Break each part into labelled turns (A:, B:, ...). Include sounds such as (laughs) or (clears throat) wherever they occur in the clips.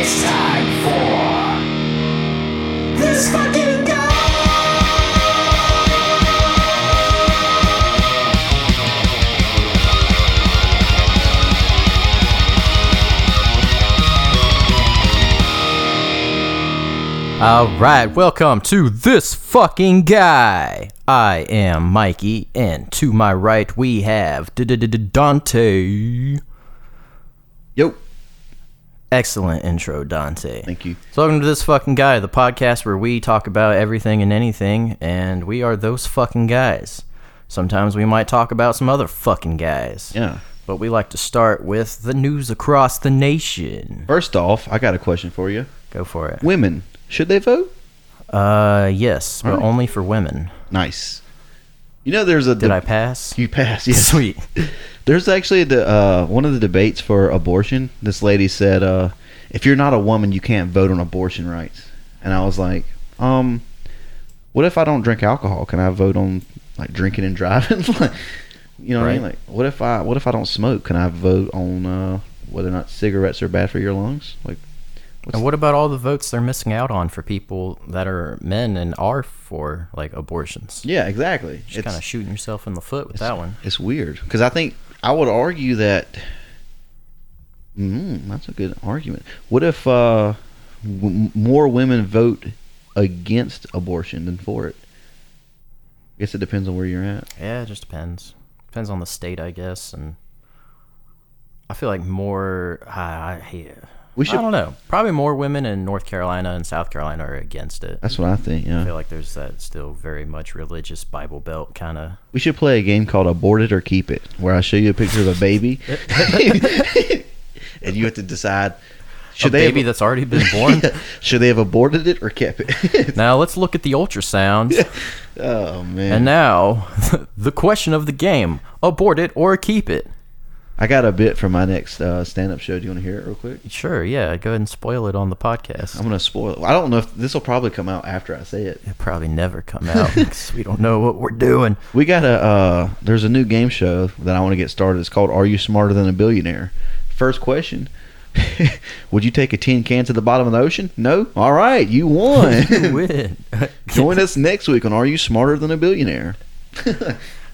A: It's time for this fucking guy.
B: All right, welcome to this fucking guy. I am Mikey, and to my right we have Dante.
C: Yo,
B: Excellent intro, Dante.
C: thank you.
B: So welcome to this fucking guy, the podcast where we talk about everything and anything, and we are those fucking guys. Sometimes we might talk about some other fucking guys,
C: Yeah.
B: but we like to start with the news across the nation.
C: First off, I got a question for you.
B: Go for it.
C: Women, should they vote?
B: Uh, yes, but only for women.
C: Nice. You know, there's a
B: Did I pass?
C: You pass, yes.
B: (laughs) Sweet.
C: There's actually the uh, one of the debates for abortion. This lady said, uh, "If you're not a woman, you can't vote on abortion rights." And I was like, "Um, what if I don't drink alcohol? Can I vote on like drinking and driving? (laughs) Like, you know what I mean?
B: Right.
C: Like, what if I what if I don't smoke? Can I vote on uh, whether or not cigarettes are bad for your lungs? Like,
B: And what about all the votes they're missing out on for people that are men and are for like abortions?
C: yeah, exactly.
B: Just kind of shooting yourself in the foot with
C: It's-
B: that one.
C: It's weird because I think I would argue that. Mm, that's a good argument. What if uh, w- more women vote against abortion than for it? I guess it depends on where you're at.
B: Yeah, it just depends. Depends on the state, I guess. And I feel like more. I, I, hate it.
C: We
B: I don't
C: should.
B: know. Probably more women in North Carolina and South Carolina are against it.
C: That's what I think. Yeah,
B: I feel like there's that still very much religious Bible Belt kind of.
C: we should play a game called "Abort It or Keep It," where I show you a picture of a baby, (laughs) and you have to decide
B: A
C: should they
B: baby
C: have,
B: that's already been
C: (laughs)
B: born. (laughs)
C: should they have aborted it or kept it. (laughs)
B: Now let's look at the ultrasound.
C: oh man!
B: And now, (laughs) the question of the game abort it or keep it?
C: I got a bit for my next uh, stand-up show. Do you want to hear it real quick?
B: Sure, yeah. Go ahead and spoil it on the podcast.
C: I'm gonna spoil. I don't know if this will probably come out after I say it.
B: It'll probably never come
C: (laughs)
B: out because we don't know what we're doing.
C: We got a uh, there's a new game show that I want to get started. It's called Are You Smarter Than a Billionaire? First question: (laughs) Would you take a tin can to the bottom of the ocean? No. All right,
B: (laughs) You
C: you won.
B: win.
C: (laughs) Join us next week on Are You Smarter Than a Billionaire? (laughs)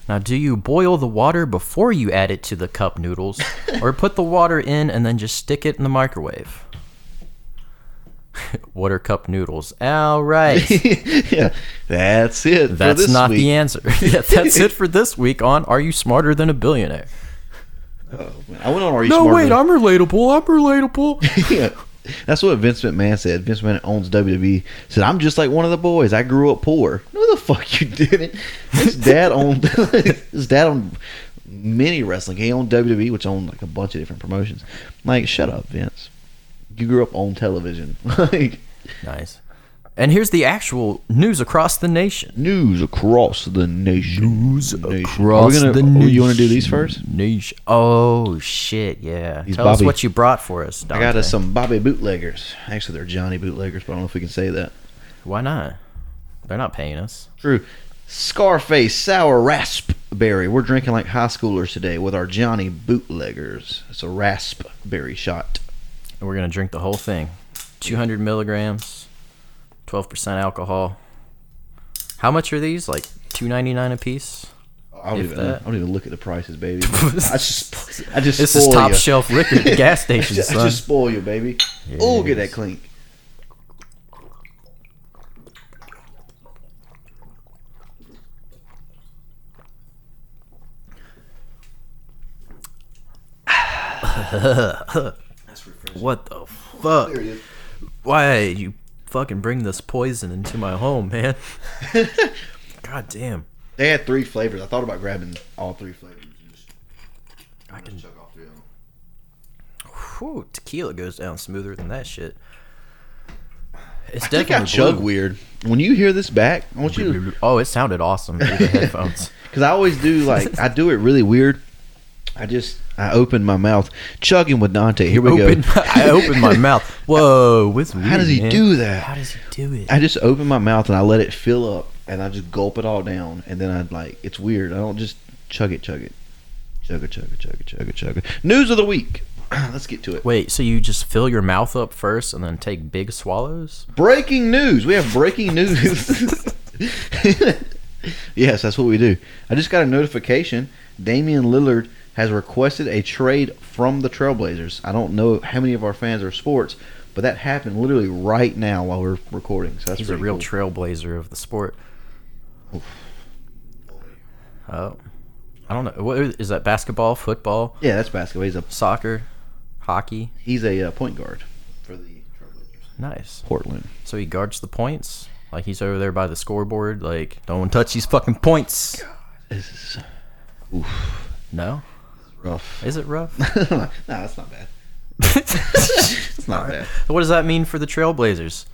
B: now, do you boil the water before you add it to the cup noodles, or put the water in and then just stick it in the microwave? (laughs) Water cup noodles. All
C: (laughs)
B: right.
C: yeah, that's it. for
B: That's
C: this
B: not
C: week.
B: the answer. (laughs) yeah, that's it for this week on Are You Smarter Than a Billionaire?
C: I went on Are You
B: No,
C: Smarter
B: wait,
C: Than
B: I'm relatable. I'm relatable.
C: yeah. That's what Vince McMahon said. Vince McMahon owns WWE. Said, I'm just like one of the boys. I grew up poor. No, the fuck you didn't. His dad owned (laughs) his dad owned many wrestling. He owned WWE, which owned like a bunch of different promotions. Like, shut up, Vince. You grew up on television. (laughs) like
B: (laughs) Nice. And here's the actual news across the nation.
C: news across the nation. News
B: across
C: gonna,
B: the
C: oh, You want to do
B: nation.
C: these first?
B: Niche. Oh shit! Yeah.
C: He's
B: Tell us
C: Bobby.
B: what you brought for us.
C: I
B: Dante.
C: got us some Bobby bootleggers. Actually, they're Johnny bootleggers, but I don't know if we can say that.
B: Why not? They're not paying us.
C: True. Scarface sour raspberry. We're drinking like high schoolers today with our Johnny bootleggers. It's a raspberry shot.
B: And we're gonna drink the whole thing. 200 milligrams, 12% alcohol. How much are these? Like 2.99 a piece.
C: I don't,
B: If
C: even,
B: that.
C: I don't even look at the
B: (laughs)
C: prices, baby. I just, I just
B: This
C: spoil
B: is top
C: you.
B: shelf liquor at the gas
C: (laughs) I
B: station,
C: just, I
B: son.
C: just spoil you, baby. Oh, get that clink.
B: (laughs) What the fuck? Why you fucking bring this poison into my home,
C: (laughs)
B: man? God damn.
C: They had three flavors. I thought about grabbing all three flavors.
B: I can
C: Chuck all three of them.
B: Whew, tequila goes down smoother than that shit. It's
C: I think I
B: definitely
C: chug
B: blue.
C: weird. When you hear this back, I want you to
B: (laughs) Oh, it sounded awesome through
C: (laughs)
B: the headphones.
C: Because I always do like I do it really weird. I just I open my mouth chugging with Dante. Here we
B: Open,
C: go.
B: I opened my mouth. Whoa, it's weird,
C: How does he
B: man.
C: do that?
B: How does he do it?
C: I just open my mouth and I let it fill up, and I just gulp it all down, and then I'd like it's weird. I don't just chug it, chug it, chug it, chug it, chug it, chug it, chug it. News of the week. (clears throat) Let's get to it.
B: Wait, so you just fill your mouth up first and then take big swallows?
C: Breaking news. We have breaking news. (laughs) yes, that's what we do. I just got a notification. Damian Lillard has requested a trade from the Trailblazers. I don't know how many of our fans are sports, but that happened literally right now while we're recording. So that's
B: He's a
C: pretty
B: real
C: cool.
B: trailblazer of the sport. Oh, I don't know. What is is that? Basketball, football,
C: yeah, that's basketball. He's a
B: soccer, hockey.
C: he's a uh, point guard for the Trailblazers.
B: Nice.
C: Portland.
B: So he guards the points. Like he's over there by the scoreboard. Like no one touch these fucking points.
C: This is
B: No, (laughs)
C: rough. (laughs)
B: is it rough?
C: no, that's not
B: (laughs)
C: bad. It's not bad.
B: what does that mean for the Trailblazers?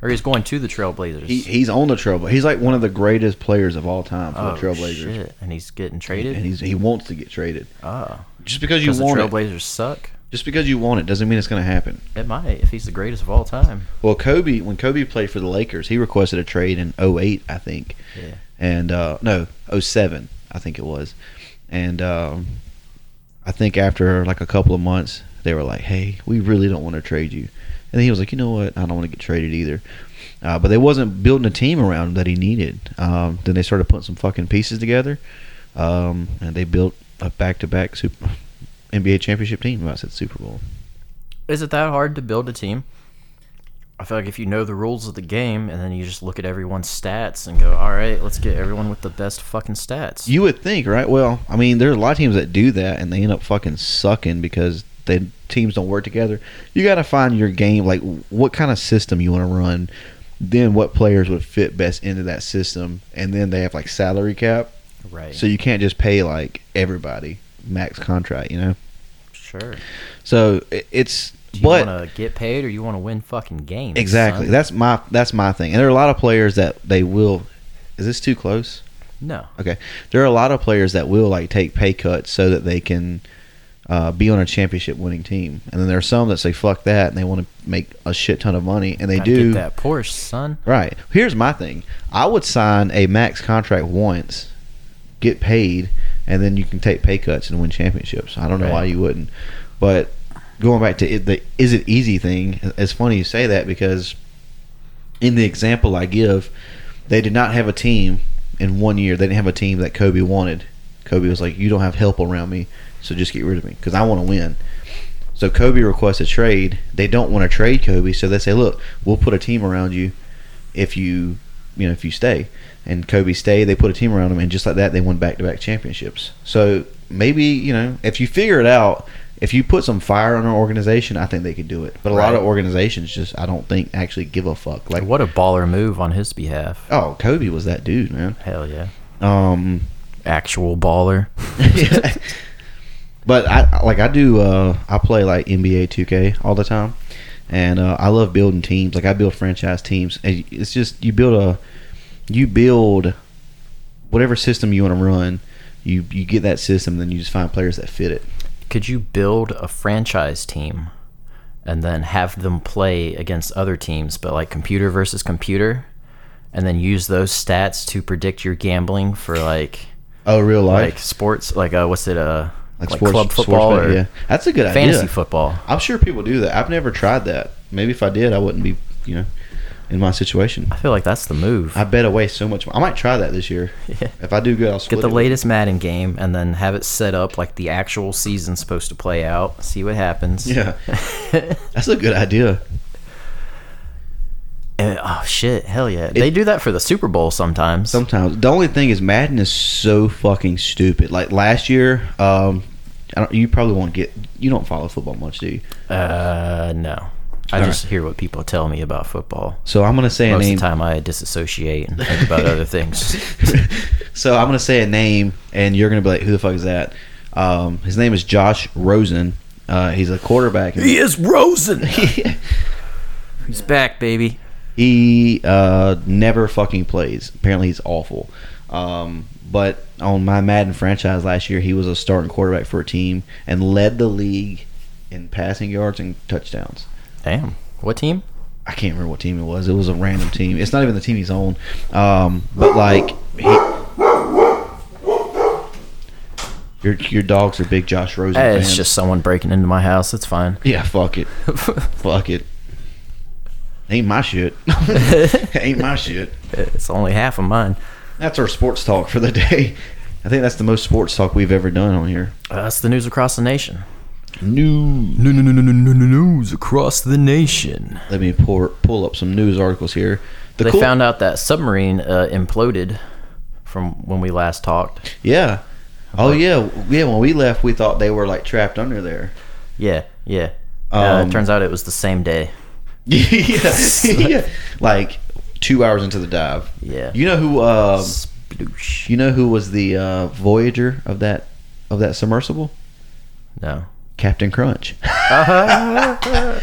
B: Or he's going to the Trailblazers.
C: He, he's on the Trailblazers. He's like one of the greatest players of all time for
B: oh,
C: the Trailblazers.
B: shit. and he's getting traded.
C: and he's, he wants to get traded.
B: oh,
C: Just because you
B: because the
C: want it,
B: Trailblazers suck.
C: just because you want it, doesn't mean it's going to happen.
B: It might if he's the greatest of all time.
C: Well, Kobe, when Kobe played for the Lakers, he requested a trade in 08, I think,
B: Yeah.
C: and uh, no, 07, I think it was, and um, I think after like a couple of months, they were like, "Hey, we really don't want to trade you," and he was like, "You know what? I don't want to get traded either." Uh, but they wasn't building a team around him that he needed. Um, then they started putting some fucking pieces together, um, and they built a back-to-back super NBA championship team. I said Super Bowl.
B: Is it that hard to build a team? I feel like if you know the rules of the game and then you just look at everyone's stats and go, all right, let's get everyone with the best fucking stats.
C: You would think, right? Well, I mean, there's a lot of teams that do that, and they end up fucking sucking because the teams don't work together. You got to find your game, like what kind of system you want to run, then what players would fit best into that system, and then they have like salary cap,
B: right.
C: so you can't just pay like everybody max contract, you know.
B: sure.
C: So it, it's
B: Do you
C: but
B: want to get paid or you want to win fucking games?
C: exactly
B: son?
C: that's my that's my thing, and there are a lot of players that they will. Is this too close?
B: No.
C: there are a lot of players that will like take pay cuts so that they can uh, be on a championship winning team, and then there are some that say fuck that and they want to make a shit ton of money, and they
B: Gotta
C: do
B: Get that Porsche, son.
C: right. Here's my thing: I would sign a max contract once, get paid, and then you can take pay cuts and win championships. I don't know why
B: Right.
C: you wouldn't, but going back to it, the is it easy thing? It's funny you say that because in the example I give, they did not have a team in one year. They didn't have a team that Kobe wanted. Kobe was like, "You don't have help around me, so just get rid of me because I want to win." So Kobe requests a trade. They don't want to trade Kobe, so they say, "Look, we'll put a team around you if you, you know, if you stay." And Kobe stayed. They put a team around him, and just like that, they won back-to-back championships. So maybe you know, if you figure it out, if you put some fire on an organization, I think they could do it. But a lot of
B: Right.
C: organizations just, I don't think, actually give a fuck. Like
B: What a baller move on his behalf.
C: Oh, Kobe was that dude, man.
B: Hell yeah.
C: Um,
B: Actual baller.
C: but I like I do. Uh, I play like NBA 2K all the time, and uh, I love building teams. Like I build franchise teams, and it's just you build a, you build, whatever system you want to run. You you get that system, then you just find players that fit it.
B: Could you build a franchise team and then have them play against other teams, but like computer versus computer, and then use those stats to predict your gambling for like
C: Oh, real life,
B: like sports, like uh, what's it, uh, like, club football
C: sports bet,
B: or
C: yeah, that's a good
B: fantasy
C: idea.
B: football?
C: I'm sure people do that. I've never tried that. Maybe if I did, I wouldn't be you know, in my situation.
B: I feel like that's the move.
C: I bet away so much. I might try that this year.
B: (laughs) Yeah.
C: If I do good, I'll split
B: Get the
C: it.
B: latest Madden game and then have it set up like the actual season's supposed to play out. See what happens.
C: (laughs) Yeah, that's a good idea.
B: And- oh shit! Hell yeah! they do that for the Super Bowl sometimes.
C: Sometimes the only thing is Madden is so fucking stupid. Like last year, um, I don't, you probably won't get. You don't follow football much, do you?
B: uh, no. I
C: All
B: just hear what people tell me about football.
C: So I'm gonna say a
B: Most of
C: name.
B: the time, I disassociate and think about (laughs) other things.
C: so I'm gonna say a name, and you're gonna be like, "Who the fuck is that?" Um, his name is Josh Rosen. Uh, he's a quarterback. in-
B: is Rosen.
C: (laughs)
B: He's back, baby.
C: He uh, never fucking plays. Apparently, he's awful. Um, but on my Madden franchise last year, he was a starting quarterback for a team and led the league in passing yards and touchdowns.
B: Damn. What team?
C: I can't remember what team it was. It was a random team. It's not even the team he's on. Um, but like, he, your your dogs are big Josh Rosen
B: Hey,
C: fans.
B: Eh, it's just someone breaking into my house. It's fine.
C: yeah,
B: (laughs)
C: fuck it, fuck it. Ain't
B: (laughs)
C: my shit. Ain't my shit.
B: It's only half of mine.
C: That's our sports talk for the (laughs) day. I think that's the most sports talk we've ever done on here.
B: Uh, that's the news across the nation.
C: News.
B: No, no, no, no, no, no, no, news across the nation.
C: Let me pour, pull up some news articles here. The
B: They
C: cool-
B: found out that submarine uh, imploded from when we last talked.
C: Yeah. Oh yeah, yeah. When we left, we thought they were like trapped under there. (laughs)
B: Yeah, yeah. uh,
C: Um,
B: it turns out it was the same day.
C: yeah. yeah. Like two hours into the dive.
B: Yeah.
C: You know who? Um,
B: Sploosh.
C: you know who was the uh, Voyager of that of that submersible?
B: No.
C: Captain Crunch.
B: Uh-huh.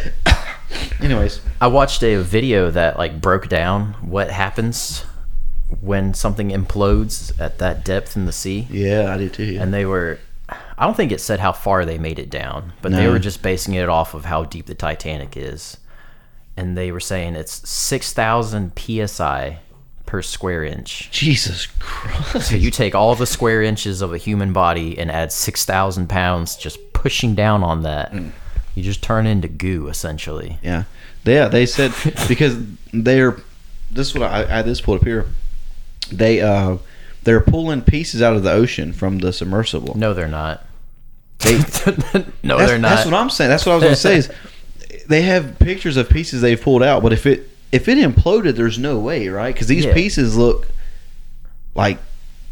C: (laughs) Anyways,
B: I watched a video that like broke down what happens when something implodes at that depth in the sea.
C: yeah, I did too. yeah.
B: And they were I don't think it said how far they made it down, but they
C: No.
B: were just basing it off of how deep the Titanic is. And they were saying it's 6,000 psi per square inch.
C: Jesus Christ.
B: So you take all the square inches of a human body and add 6,000 pounds just pushing down on that.
C: Mm.
B: You just turn into goo, essentially.
C: Yeah, yeah.
B: (laughs)
C: They said because they're this is what I, I this pulled up here. They uh they're pulling pieces out of the ocean from the submersible.
B: No, they're not. (laughs)
C: They-
B: no,
C: that's,
B: they're not.
C: That's what I'm saying. That's what I was gonna say
B: (laughs)
C: is they have pictures of pieces they've pulled out, but if it if it imploded, there's no way, right? Because these
B: Yeah.
C: pieces look like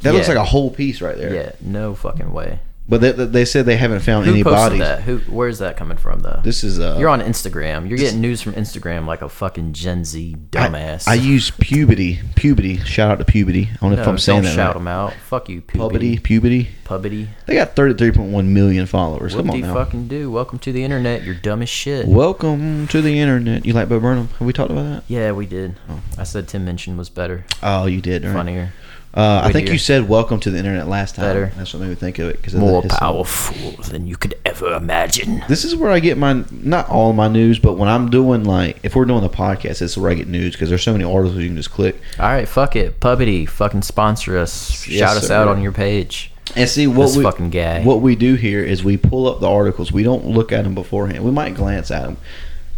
C: that looks
B: Yeah.
C: like a whole piece right there.
B: yeah, no fucking way.
C: But they, they- they said they haven't found
B: Who
C: any
B: posted
C: bodies.
B: that? Who? Where's that coming from, though?
C: This is uh,
B: You're on Instagram. You're getting news from Instagram like a fucking Gen Z dumbass.
C: I, I use puberty. Puberty. Shout out to puberty. I don't know
B: No,
C: if I'm saying
B: don't
C: that.
B: shout
C: right.
B: them out. Fuck you,
C: Puberty.
B: puberty,
C: Puberty.
B: puberty.
C: They got 33.1 million followers.
B: What
C: Come
B: do
C: on
B: you
C: now.
B: fucking do? Welcome to the internet. You're dumb as shit.
C: Welcome to the internet. You like Bo Burnham? Have we talked about that?
B: Yeah, we did. I said Tim Minchin was better,
C: Oh, you did. Right?
B: funnier,
C: Uh, I think
B: Whittier.
C: you said "Welcome to the internet" last time.
B: Better.
C: That's what made me think of it because
B: more powerful than you could ever imagine.
C: This is where I get my not all my news, but when I'm doing like if we're doing the podcast, this is where I get news because there's so many articles you can just click
B: All right, fuck it, puberty. Fucking sponsor us.
C: Yes,
B: Shout us
C: sir.
B: out on your page.
C: and see what
B: This
C: we
B: fucking guy.
C: what we do here is we pull up the articles. We don't look at them beforehand. We might glance at them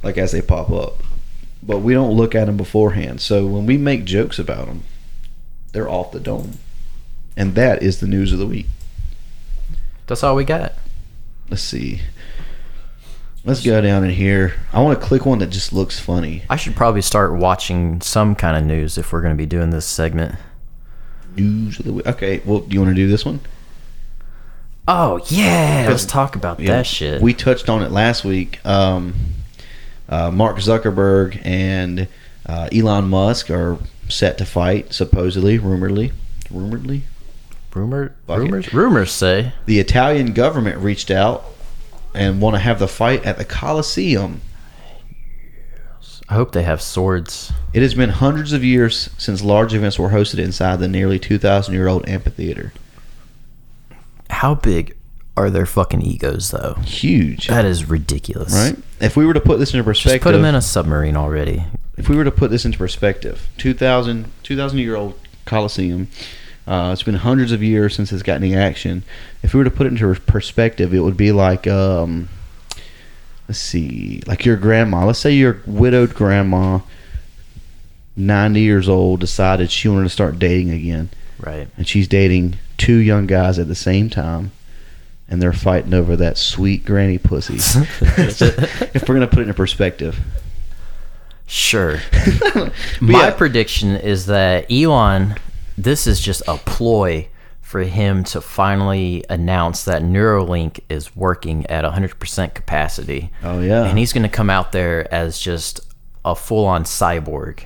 C: like as they pop up, but we don't look at them beforehand. So when we make jokes about them, they're off the dome, and that is the news of the week.
B: That's all we got.
C: Let's see. Let's go down in here. I want to click one that just looks funny.
B: I should probably start watching some kind of news if we're going to be doing this segment.
C: News of the week. Okay. Well, do you want to do this one?
B: Oh yeah, let's talk about that shit.
C: We touched on it last week. Um, uh, Mark Zuckerberg and uh, Elon Musk are set to fight, supposedly, rumoredly, rumoredly.
B: Rumor,
C: Fuck it.
B: rumors, rumors say
C: The Italian government reached out and want to have the fight at the Colosseum.
B: I hope they have swords.
C: It has been hundreds of years since large events were hosted inside the nearly 2,000 year old amphitheater.
B: How big are their fucking egos, though?
C: Huge.
B: That is ridiculous.
C: right? If we were to put this into perspective,
B: Just put them in a submarine already.
C: if we were to put this into perspective, 2,000, 2,000 year old Colosseum, uh, it's been hundreds of years since it's gotten any action. If we were to put it into perspective, it would be like, um, let's see, like your grandma. Let's say your widowed grandma, 90 years old, decided she wanted to start dating again,
B: Right.
C: and she's dating two young guys at the same time. And they're fighting over that sweet granny pussy. if we're gonna put it into perspective,
B: Sure.
C: (laughs) But
B: My
C: yeah.
B: prediction is that Elon, this is just a ploy for him to finally announce that Neuralink is working at 100% capacity.
C: Oh, yeah.
B: And he's going to come out there as just a full on cyborg.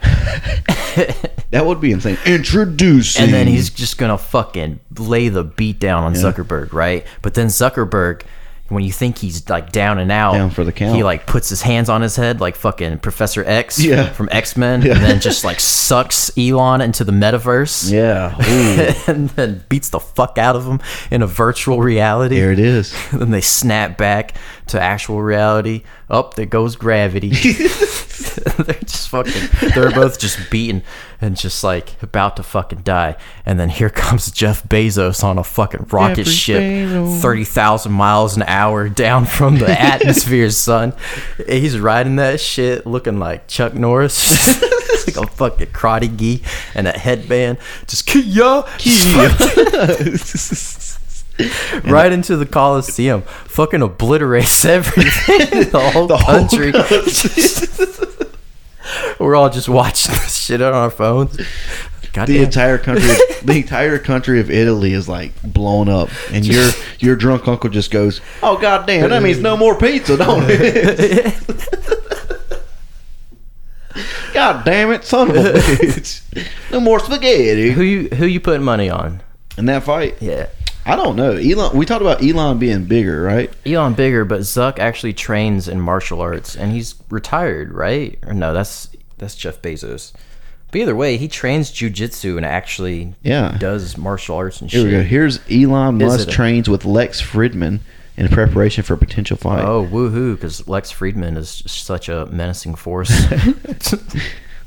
C: That would be insane. Introducing.
B: and then he's just gonna fucking lay the beat down on Zuckerberg, right? But then Zuckerberg, when you think he's like down and out,
C: Down for the count.
B: he like puts his hands on his head like fucking Professor X
C: Yeah.
B: from X Men,
C: Yeah.
B: and then just like sucks Elon into the metaverse,
C: Yeah.
B: (laughs)
C: Ooh,
B: and then beats the fuck out of him in a virtual reality. (laughs)
C: there it is.
B: then they snap back to actual reality. Up there goes
C: (laughs)
B: gravity. (laughs) they're just fucking. They're both just beaten and just like about to fucking die. And then here comes Jeff Bezos on a fucking rocket
C: Jeffrey
B: ship,
C: Bezos.
B: thirty thousand miles an hour (laughs) down from the atmosphere, son. He's riding that shit, looking like Chuck Norris, (laughs) like a fucking karate gi and a headband. Just kia, (laughs) right into the Coliseum, fucking obliterates (laughs) everything, the whole country. (laughs) We're all just watching this shit on our phones.
C: the
B: Goddamn.
C: entire country,
B: (laughs)
C: the entire country of Italy is like blown up, and your your drunk uncle just goes, "Oh god damn, that means no more pizza, don't
B: (laughs)
C: it?" god damn it, son
B: (laughs)
C: of a bitch, no more
B: who
C: spaghetti.
B: you who you putting money on?
C: In that fight,
B: Yeah,
C: I don't know. Elon, we talked about Elon being bigger, right?
B: Elon bigger, but Zuck actually trains in martial arts, and he's retired, right? Or no, that's that's Jeff Bezos. But either way, he trains jujitsu and actually
C: Yeah.
B: does martial arts and
C: Here we
B: shit.
C: go. Here's Elon
B: Is it
C: Musk
B: a-
C: trains with Lex Fridman in preparation for a potential fight.
B: Oh, woohoo! Because Lex Friedman is just such a menacing force.
C: (laughs)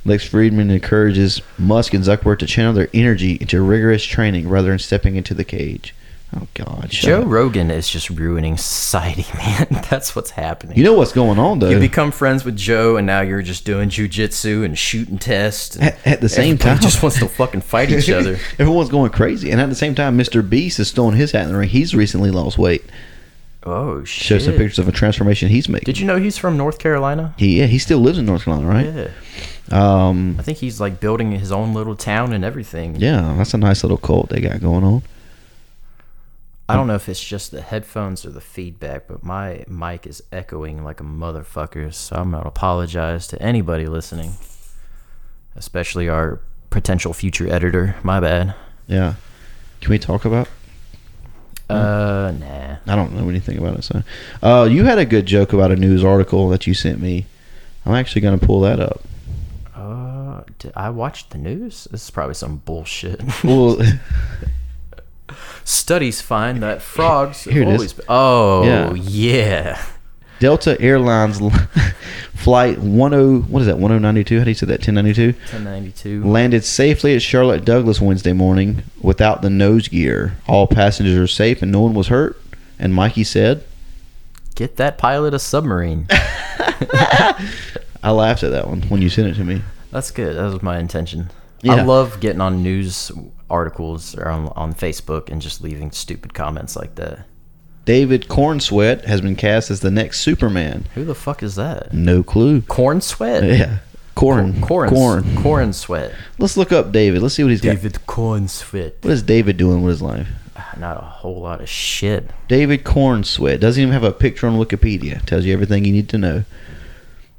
C: Lex Friedman encourages Musk and Zuckerberg to channel their energy into rigorous training rather than stepping into the cage. Oh God, shut
B: Joe
C: up.
B: Rogan is just ruining society, (laughs) man. That's what's happening.
C: You know what's going on though.
B: You become friends with Joe, and now you're just doing jujitsu and shooting tests. and
C: At- at the same
B: everybody
C: time.
B: just wants to fucking fight
C: (laughs)
B: each other.
C: Everyone's going crazy, and at the same time, Mr. Beast is throwing his hat in the ring. He's recently lost weight.
B: Oh shit!
C: Shows some pictures of a transformation he's making.
B: Did you know he's from North Carolina?
C: He yeah, he still lives in North Carolina, right?
B: Yeah,
C: Um,
B: I think he's like building his own little town and everything.
C: yeah, that's a nice little cult they got going on.
B: I don't know if it's just the headphones or the feedback, but my mic is echoing like a motherfucker, so I'm gonna apologize to anybody listening, especially our potential future editor. My bad.
C: Yeah, can we talk about? Hmm.
B: Uh, nah.
C: I don't know anything about it. So, uh, you had a good joke about a news article that you sent me. I'm actually going to pull that up.
B: (laughs) Uh, did I watch the news? This is probably some bullshit. (laughs)
C: Well,
B: Studies find that frogs
C: Here it is.
B: always. Oh
C: Yeah.
B: yeah. yeah.
C: Delta Airlines (laughs) l- flight 10 what is that 1092? How do you say that 1092?
B: 1092.
C: Landed safely at Charlotte Douglas Wednesday morning without the nose gear. All passengers are safe and no one was hurt. And Mikey said,
B: Get that pilot a submarine.
C: I laughed at that one when you sent it to me.
B: That's good. That was my intention.
C: Yeah.
B: I love getting on news articles or on, on Facebook and just leaving stupid comments like that.
C: David Cornsweat has been cast as the next Superman.
B: Who the fuck is that?
C: No clue. (laughs)
B: Corn sweat.
C: Yeah. Corn.
B: Corn.
C: Corn.
B: Corn sweat.
C: Let's look up David. Let's see what he's got.
B: Corn sweat. Ah,
C: What is David doing with his life?
B: Not a whole lot of shit.
C: David Cornsweat doesn't even have a picture on Wikipedia. Tells you everything you need to know.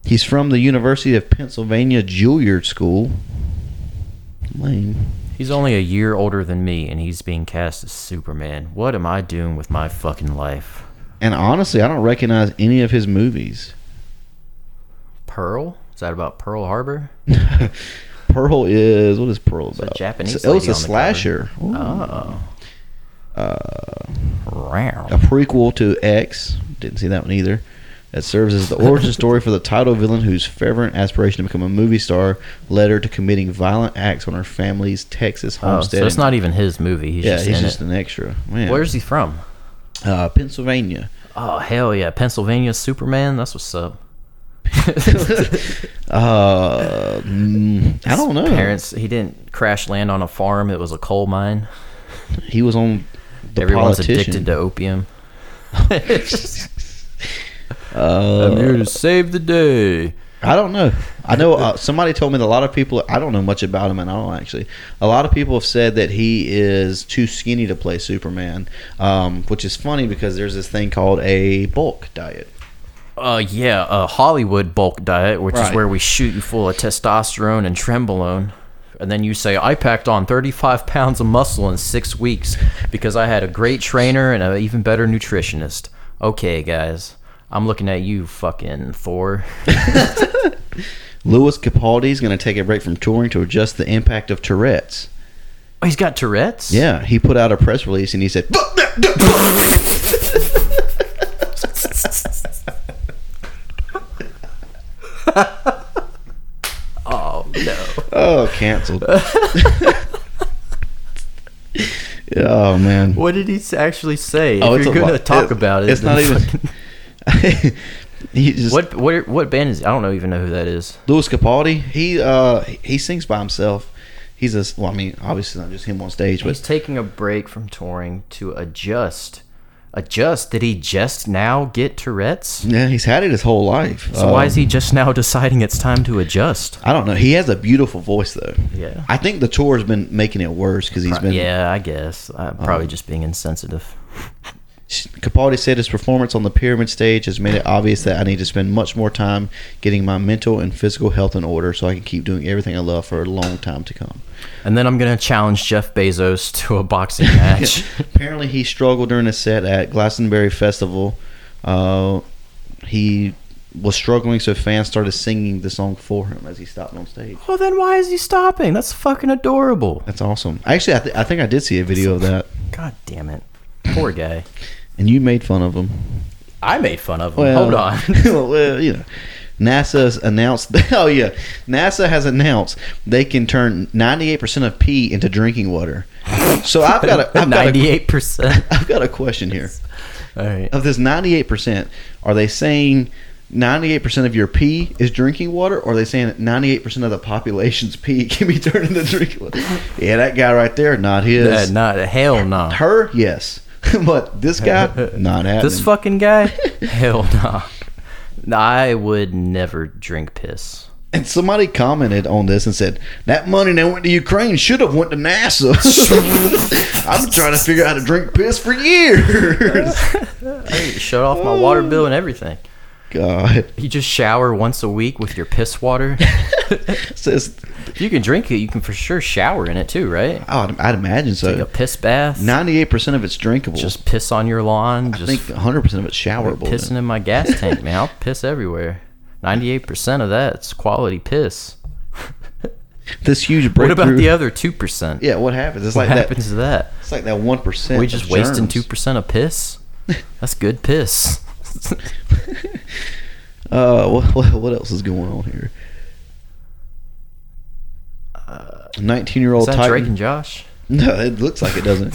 C: He's from the University of Pennsylvania Juilliard School. Lame.
B: He's only a year older than me, and he's being cast as Superman. What am I doing with my fucking life?
C: And honestly, I don't recognize any of his movies.
B: Pearl? Is that about Pearl Harbor?
C: Pearl is what is Pearl about?
B: a Japanese
C: It
B: lady on
C: was a
B: the
C: slasher. Ooh.
B: Oh. Uh,
C: a prequel to X. Didn't see that one either. That serves as the origin story for the title villain whose fervent aspiration to become a movie star led her to committing violent acts on her family's Texas
B: Oh,
C: homestead.
B: so it's not even his movie. He's
C: yeah,
B: just
C: he's
B: in
C: just
B: it.
C: an extra. Man.
B: Where's he from?
C: uh, Pennsylvania?
B: Oh hell yeah, Pennsylvania Superman. That's what's up.
C: Uh, mm, I don't know.
B: Parents, he didn't crash land on a farm. It was a coal mine.
C: He was on the
B: Everyone's
C: politician.
B: addicted to
C: (laughs)
B: opium.
C: Uh,
B: here to save the day.
C: I don't know. I know
B: (laughs)
C: uh, somebody told me that a lot of people. I don't know much about him, and I don't actually. A lot of people have said that he is too skinny to play Superman, um, which is funny because there's this thing called a bulk diet.
B: Uh, yeah, uh, Hollywood bulk diet, which
C: Right.
B: is where we shoot you full of testosterone and trenbolone. And then you say, I packed on 35 pounds of muscle in six weeks because I had a great trainer and an even better nutritionist. Okay, guys, I'm looking at you, fucking Thor.
C: Louis Capaldi is going to take a break from touring to adjust the impact of Tourette's.
B: Oh, he's got Tourette's?
C: Yeah, he put out a press release and he said, "Fuck that, that, fuck."
B: Oh no.
C: Oh, canceled. oh man.
B: What did he s- actually say?
C: Oh,
B: if
C: it's
B: you're
C: a
B: gonna
C: lot.
B: talk
C: It-
B: about it,
C: it's
B: then
C: not even-
B: fucking-
C: (laughs) he just
B: (laughs) What what what band is? I don't know even know who that is.
C: Louis Capaldi. He uh he sings by himself. He's a well, I mean, obviously not just him on stage,
B: He's
C: but
B: taking a break from touring to adjust. Adjust? Did he just now get Tourette's?
C: yeah, he's had it his whole life.
B: So why
C: Um,
B: is he just now deciding it's time to adjust?
C: I don't know. He has a beautiful voice though.
B: Yeah.
C: I think the tour has been making it worse because he's been.
B: yeah, I guess. I'm probably just being insensitive.
C: Capaldi said his performance on the pyramid stage has made it obvious that I need to spend much more time getting my mental and physical health in order so I can keep doing everything I love for a long time to come.
B: And then I'm gonna challenge Jeff Bezos to a (laughs) boxing match.
C: Apparently, he struggled during a set at Glastonbury Festival. Uh, he was struggling, so fans started singing the song for him as he stopped on stage.
B: well, then why is he stopping? That's fucking adorable.
C: That's awesome. Actually, I, th- I think I did see a video of that,
B: God damn it, poor guy.
C: and you made fun of him.
B: I made fun of him. Hold on.
C: (laughs) well, you know. NASA has announced. (laughs) Oh yeah, NASA has announced they can turn 98% of pee into drinking water. So I've
B: (laughs)
C: got a, I've got a,
B: Ninety-eight
C: (laughs)
B: percent. Uh,
C: I've got a question here.
B: All right.
C: of this 98%, are they saying 98% of your pee is drinking water, or are they saying that 98% of the population's pee (laughs) can be turned into drinking water? Yeah, that guy right there, not
B: Yeah,
C: his.
B: not
C: (laughs)
B: hell no.
C: Her, yes. (laughs) but this guy, not
B: (laughs)
C: happening.
B: This fucking
C: (laughs)
B: guy? hell no. Nah. I would never drink piss.
C: and somebody commented on this and said, that money that went to Ukraine should have went to NASA. (laughs) I've been trying to figure out how to drink piss for years. (laughs)
B: Hey, shut off my water bill and everything.
C: God.
B: You just shower once a week with your piss
C: (laughs)
B: water.
C: Says,
B: if you can drink it, you can for sure shower in it too, right?
C: oh, I'd, I'd imagine
B: Like a
C: so.
B: piss bath.
C: 98% of it's drinkable.
B: just piss on your lawn. Just
C: I think 100 percent of it's showerable.
B: pissing in my gas tank, man. I'll piss everywhere. Ninety-eight percent of that's quality piss.
C: This huge
B: What
C: breakthrough.
B: about the other two percent?
C: Yeah, what happens? It's
B: what
C: like
B: happens
C: that.
B: to that?
C: It's like that one percent.
B: We just wasting two percent of
C: (laughs)
B: piss. That's good piss.
C: Uh, (laughs) what, what what else is going on here? Nineteen-year-old
B: Uh, Is that Drake
C: Titan.
B: and Josh?
C: No, it looks like it doesn't.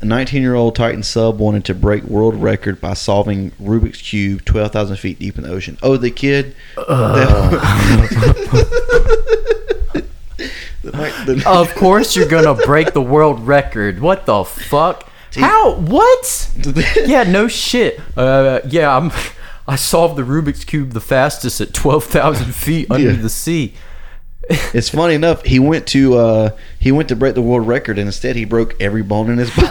C: A Nineteen-year-old Titan sub wanted to break world record by solving Rubik's cube twelve thousand feet deep in the ocean. Oh, the kid. (laughs) The- the- the-
B: Of course you're gonna break the world record. What the fuck? How?
C: (laughs)
B: What? Yeah, no shit. Uh, yeah, I'm. (laughs) I solved the Rubik's cube the fastest at twelve thousand (laughs) feet under
C: Yeah.
B: the sea.
C: It's funny enough. He went to uh, he went to break the world record, and instead he broke every bone in his body.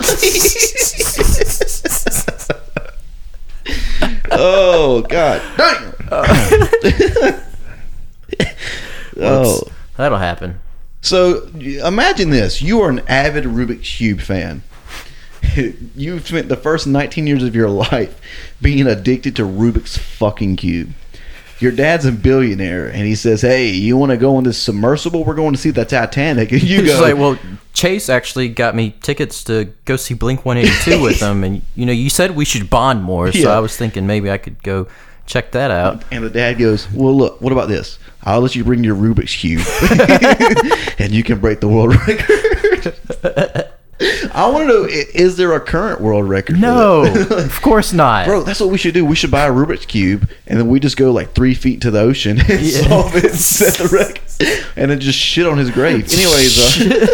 C: oh God! Damn. oh,
B: That'll happen.
C: so y- imagine this: you are an avid Rubik's cube fan. (laughs) You've spent the first 19 years of your life being addicted to Rubik's fucking cube. Your dad's a billionaire, and he says, "Hey, you want to go on this submersible? We're going to see the Titanic."
B: (laughs)
C: And you
B: It's
C: go,
B: like, well, Chase actually got me tickets to go see Blink One Eighty Two with him, and you know, you said we should bond more, so
C: Yeah.
B: I was thinking maybe I could go check that
C: (laughs)
B: out.
C: And the dad goes, Well, look, what about this? I'll let you bring your
B: (laughs)
C: Rubik's Cube (laughs) and you can break the world (laughs)
B: (laughs)
C: record. I want to know i- is there a current world record? for
B: No,
C: that?
B: of course not.
C: Bro, that's what we should do. We should buy a Rubik's Cube and then we just go like three feet to the ocean and
B: Yeah.
C: solve it and set the record and then just shit on his (laughs) grave. Anyways, uh,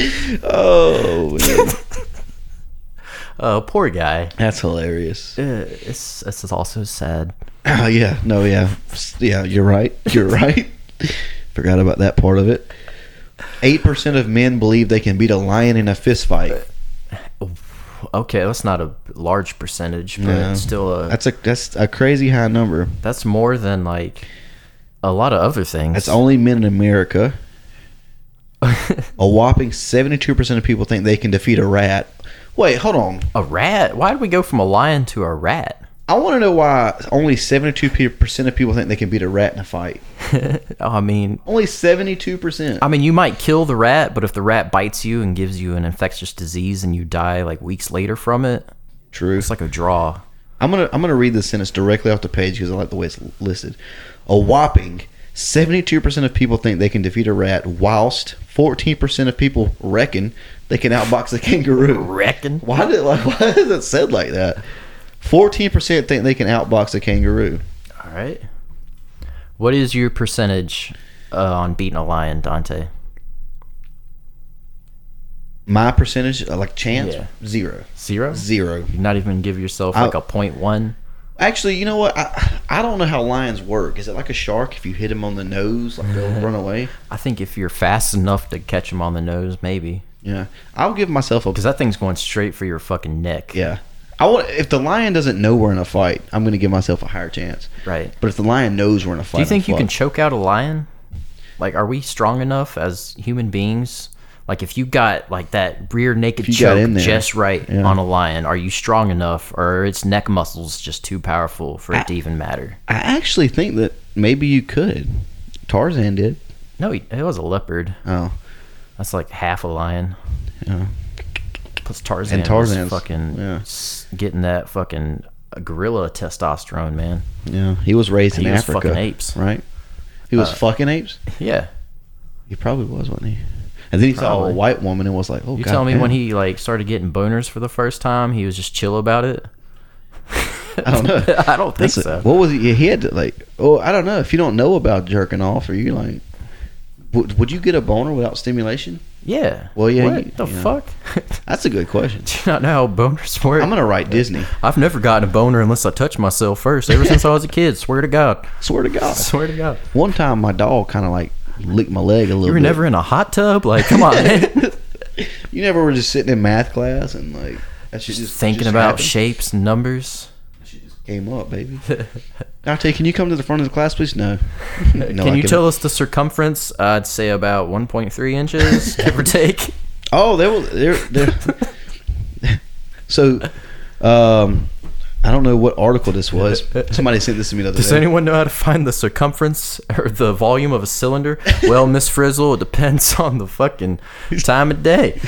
C: (laughs) oh, man.
B: Oh, poor guy.
C: that's hilarious.
B: Uh, It's, this is also sad.
C: Oh (clears throat) yeah, no, yeah, yeah. You're right. You're right. Forgot about that part of it. Eight percent of men believe they can beat a lion in a fist fight.
B: Okay, that's not a large percentage, but
C: No.
B: it's still a that's,
C: That's a that's a crazy high number.
B: more than like a lot of other things.
C: That's only men in America. a whopping seventy-two percent of people think they can defeat a rat. Wait, hold on.
B: a rat. Why did we go from a lion to a rat?
C: I want to know why only seventy-two percent of people think they can beat a rat in a fight.
B: Oh, I mean,
C: Only seventy-two percent.
B: I mean, you might kill the rat, but if the rat bites you and gives you an infectious disease and you die like weeks later from it,
C: True.
B: it's like a draw.
C: I'm gonna I'm gonna read this sentence directly off the page because I like the way it's listed. A whopping 72% of people think they can defeat a rat, whilst 14% of people reckon they can outbox a kangaroo.
B: Reckon.
C: Why did like why (laughs) is it said like that? 14% think they can outbox a kangaroo.
B: All right. What is your percentage uh, on beating a lion, Dante?
C: My percentage, uh, like chance,
B: Yeah.
C: zero,
B: Zero.
C: zero.
B: You not even give yourself
C: I-
B: like a point one.
C: Actually, you know what? I I don't know how lions work. Is it like a shark? If you hit them on the nose, like they'll
B: (laughs)
C: run away.
B: I think if you're fast enough to catch him on the nose, maybe.
C: Yeah, I'll give myself a
B: Because that thing's going straight for your fucking neck.
C: yeah. I want if the lion doesn't know we're in a fight, I'm going to give myself a higher chance.
B: Right.
C: But if the lion knows we're in a fight,
B: Do you think
C: I'm
B: you can
C: fucked.
B: choke out a lion? Like, are we strong enough as human beings? Like, if you got like that rear naked
C: If you got
B: choke
C: in there,
B: just right
C: yeah.
B: on a lion, are you strong enough, or are its neck muscles just too powerful for it to
C: Ah.
B: even matter?
C: I actually think that maybe you could. Tarzan did.
B: No, he- it was a leopard.
C: Oh,
B: That's like half a lion.
C: yeah.
B: Plus Tarzan.
C: And Tarzan's-
B: was fucking
C: yeah.
B: s- getting that fucking gorilla testosterone, man.
C: Yeah, he was raised
B: He
C: in
B: was
C: Africa.
B: fucking apes. Uh,
C: right? He was fucking apes.
B: Yeah.
C: He probably was, wasn't he? And then he saw a
B: Probably.
C: white woman and was like, "Oh,
B: You
C: God
B: tell me
C: damn.
B: when he like started getting boners for the first time, he was just chill about it.
C: (laughs) I don't know.
B: (laughs) I don't think
C: That's
B: so.
C: a- What was he? He had to like. Oh, I don't know. If you don't know about jerking off, are you like? Would, would you get a boner without stimulation?
B: Yeah.
C: Well, yeah,
B: What
C: you-
B: the
C: yeah.
B: fuck? (laughs)
C: That's a good question.
B: Do you not know how boners work?
C: I'm gonna write Disney.
B: I've never gotten a boner unless I touch myself first. Ever since I was a kid, swear to
C: (laughs)
B: God.
C: Swear to God.
B: Swear to God.
C: One time, my dog kind of like licked my leg a little.
B: You were
C: bit.
B: never in a hot tub? Like, come
C: (laughs)
B: on, man.
C: You never were just sitting in math class and like that shit
B: just
C: just
B: thinking
C: just
B: about
C: happened?
B: shapes and numbers.
C: Shit just Came
B: (laughs)
C: up, baby. Dante, can you come to the front of the class, please? No. no I
B: Can you
C: couldn't.
B: tell us the circumference? I'd say about 1.3
C: (laughs)
B: inches, give or take.
C: Oh, there was there.
B: (laughs)
C: there. so, um, I don't know what article this
B: (laughs)
C: was. Somebody sent this to me the other
B: Does
C: day.
B: anyone know how to find the circumference or the volume of a cylinder? Well, Miss Frizzle, it depends (laughs) on the fucking time of day.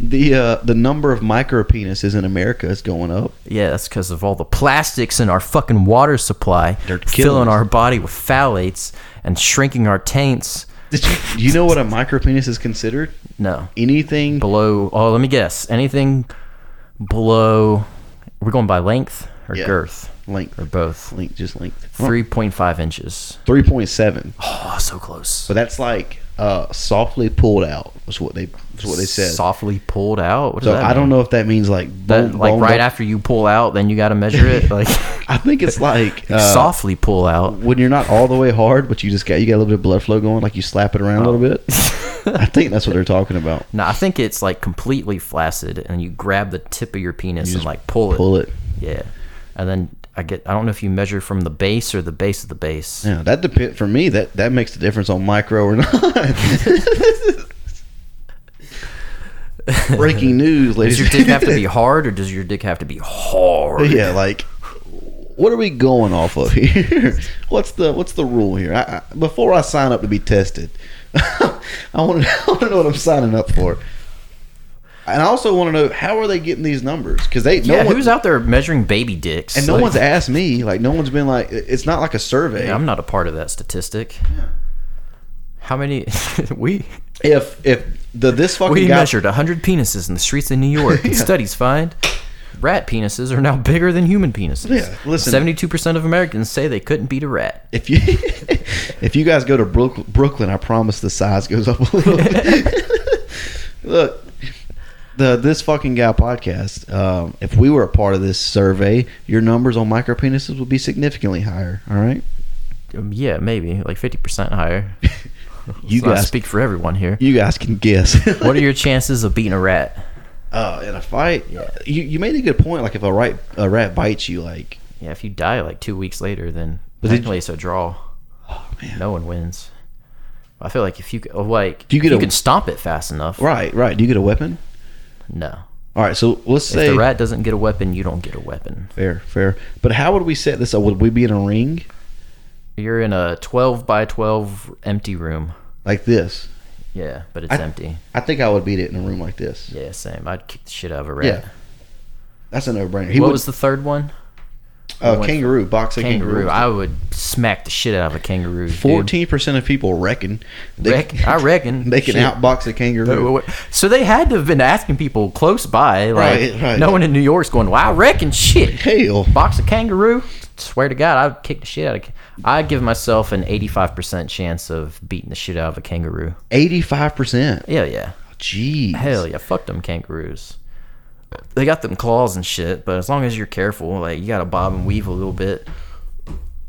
C: the uh, the number of micro penises in America is going up.
B: Yeah, that's because of all the plastics in our fucking water supply,
C: They're killing
B: filling
C: us.
B: our body with phthalates and shrinking our taints.
C: Did you, do you know what a micro penis is considered?
B: No,
C: Anything
B: below. Oh, let me guess. Anything below? We're going by length or
C: Yeah.
B: girth
C: length,
B: or both.
C: length, just length.
B: Three point five inches.
C: Three point seven.
B: Oh, so close.
C: But that's like uh, softly pulled out. Was what they was what they said.
B: Softly pulled out. What does
C: so
B: that
C: I don't
B: mean?
C: know if that means like
B: That,
C: bone-
B: like
C: boned
B: right
C: up.
B: after you pull out, then you got to measure it.
C: (laughs)
B: Like
C: I think it's
B: (laughs)
C: like uh,
B: softly pull out.
C: when you're not all the way hard, but you just got you got a little bit of blood flow going, like you slap it around a little bit. I think that's what they're talking about.
B: No, I think it's like completely flaccid, and you grab the tip of your penis and
C: just
B: like pull it.
C: Pull it.
B: Yeah, and then I get. I don't know if you measure from the base or the base of the base.
C: Yeah, that depend for me. That that makes the difference on micro or
B: (laughs)
C: not. Breaking news, ladies.
B: Does your dick have to
C: (laughs)
B: be hard, or does your dick have to be hard?
C: yeah, like what are we going off of here? (laughs) what's the what's the rule here? I, I, before I sign up to be tested, (laughs) I want to (laughs) I want to know what I'm signing up for. And I also want to know how are they getting these numbers? Because they
B: Yeah,
C: no one,
B: who's out there measuring baby dicks?
C: and no
B: Like,
C: one's asked me. Like no one's been like it's not like a survey.
B: I'm not a part of that statistic. How many? (laughs) we
C: if if the this fucking
B: we
C: guy
B: measured 100 penises in the streets of New
C: (laughs)
B: York. and
C: Yeah.
B: Studies find rat penises are now bigger than human penises.
C: Yeah, listen.
B: 72% of Americans say they couldn't beat a rat.
C: if you (laughs) if you guys go to Brook, Brooklyn, I promise the size goes up a little. bit. (laughs) Look, the this fucking guy podcast. Um, if we were a part of this survey, your numbers on micro penises would be significantly higher. All right,
B: Um, yeah, maybe like 50%
C: (laughs)
B: higher.
C: you
B: Let's not
C: guys,
B: speak for everyone
C: (laughs)
B: here.
C: you guys can guess.
B: (laughs) What are
C: (laughs)
B: your chances of beating a rat?
C: uh, in a fight? You you made a good point. Like if a rat a rat bites you, like
B: Yeah, if you die like two weeks later, then
C: But did Oh,
B: technically it's a draw. No one wins. I feel like if you c- oh, like
C: Do you
B: if
C: get
B: you
C: a-
B: can stomp it fast enough.
C: right, right. Do you get a weapon?
B: No,
C: All right, so let's say
B: if the rat doesn't get a weapon, you don't get a weapon.
C: fair, fair. But how would we set this up? Would we be in a ring
B: You're in a 12 by 12 empty room.
C: like this?
B: Yeah, but it's
C: I-
B: empty.
C: I think I would beat it in a room like this.
B: Yeah, same. I'd kick the shit out of a rat.
C: Yeah. That's a no-brainer. He
B: what
C: would,
B: was the third one?
C: uh,
B: went-
C: kangaroo boxing
B: Kangaroo.
C: kangaroo.
B: I would smack the shit out of a kangaroo. dude.
C: Fourteen percent of people reckon they,
B: Reck- I reckon
C: (laughs) they can
B: Shit.
C: outbox a kangaroo.
B: So they had to have been asking people close by, like
C: Right, right.
B: no one in New York's going. Well, I reckon shit.
C: Hell,
B: Box of kangaroo. Swear to God, I'd kick the shit out of. ca- I'd give myself an eighty-five percent chance of beating the shit out of a kangaroo.
C: eighty-five percent.
B: Yeah, yeah.
C: Jeez,
B: Hell yeah, fuck them kangaroos. They got them claws and shit, but as long as you're careful, like you gotta bob and weave a little bit.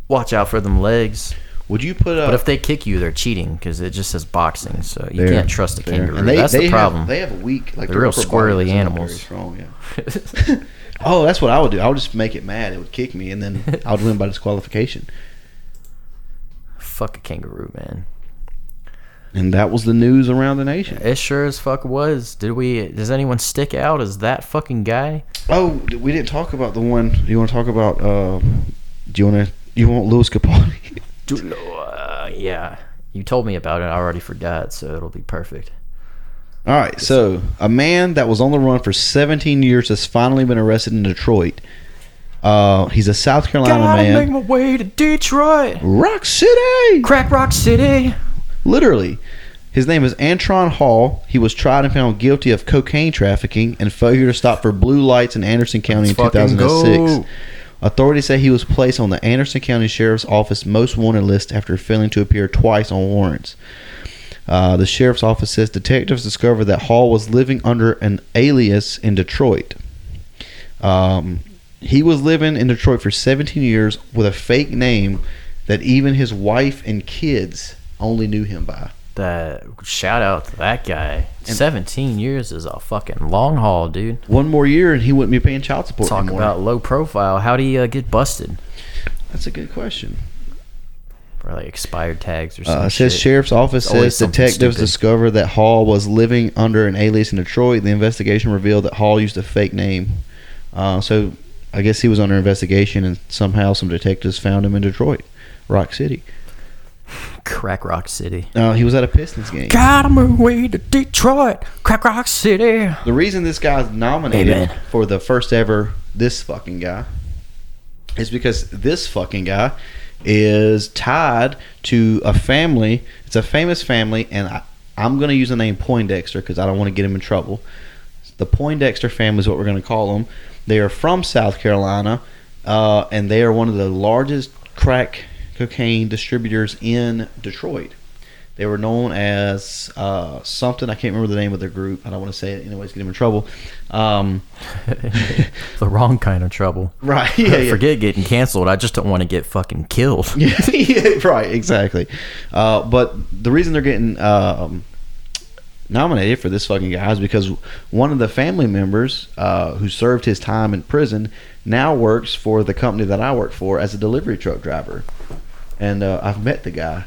B: Watch out for them legs.
C: would you put up?
B: But if they kick you, they're cheating because it just says boxing, so you
C: Fair,
B: can't trust a
C: fair.
B: kangaroo.
C: And they-
B: That's
C: they
B: the
C: have-
B: problem.
C: they have a weak, like
B: They're
C: their
B: real
C: upper body
B: squirrely
C: is not
B: animals.
C: very strong, yeah. oh, that's what I would do. I would just make it mad. It would kick me, and then
B: (laughs)
C: I would win by disqualification.
B: (laughs) fuck a kangaroo, man.
C: And that was the news around the nation.
B: It sure as fuck was. Did we? Does anyone stick out as that fucking guy?
C: Oh, d- we didn't talk about the one. You want to talk about? Uh, do you want to? You want Louis Capaldi? (laughs)
B: Do- uh, yeah, you told me about it. I already forgot, so it'll be perfect.
C: All right. So a man that was on the run for 17 years has finally been arrested in Detroit. Uh, he's a South Carolina
B: Gotta
C: man.
B: make my way to Detroit,
C: Rock City.
B: Crack Rock City.
C: Literally. His name is Antron Hall. He was tried and found guilty of cocaine trafficking and failure to stop for blue lights in Anderson County in
B: Let's fucking
C: 2006.
B: go.
C: Authorities say he was placed on the Anderson County Sheriff's Office most wanted list after failing to appear twice on warrants. Uh, the sheriff's office says detectives discovered that Hall was living under an alias in Detroit. Um, he was living in Detroit for 17 years with a fake name that even his wife and kids only knew him by.
B: That shout out to that guy. Seventeen years is a fucking long haul, dude.
C: One more year and he wouldn't be paying child support
B: Talk
C: anymore.
B: about low profile. How do you uh, get busted?
C: That's a good question.
B: Or like expired tags or something.
C: Uh, it says sheriff's office
B: It's always
C: says
B: something
C: detectives
B: stupid.
C: discovered that Hall was living under an alias in Detroit. The investigation revealed that Hall used a fake name. Uh, so I guess he was under investigation and somehow some detectives found him in Detroit, Rock City.
B: Crack Rock City.
C: Uh, he was at a Pistons game.
B: Gotta move away to Detroit, Crack Rock City.
C: The reason this guy's nominated
B: Amen.
C: for the first ever this fucking guy is because this fucking guy is tied to a family. It's a famous family, and I, I'm going to use the name Poindexter because I don't want to get him in trouble. The Poindexter family is what we're going to call them. They are from South Carolina, uh, and they are one of the largest crack cocaine distributors in Detroit. They were known as uh, something. I can't remember the name of their group. I don't want to say it. Anyways, get him in trouble. Um, (laughs)
B: the wrong kind of trouble.
C: right. Yeah. yeah.
B: Forget getting canceled. I just don't want to get fucking killed.
C: yeah, yeah, right, exactly. Uh, but the reason they're getting um, nominated for this fucking guy is because one of the family members uh, who served his time in prison now works for the company that I work for as a delivery truck driver. And uh, I've met the guy,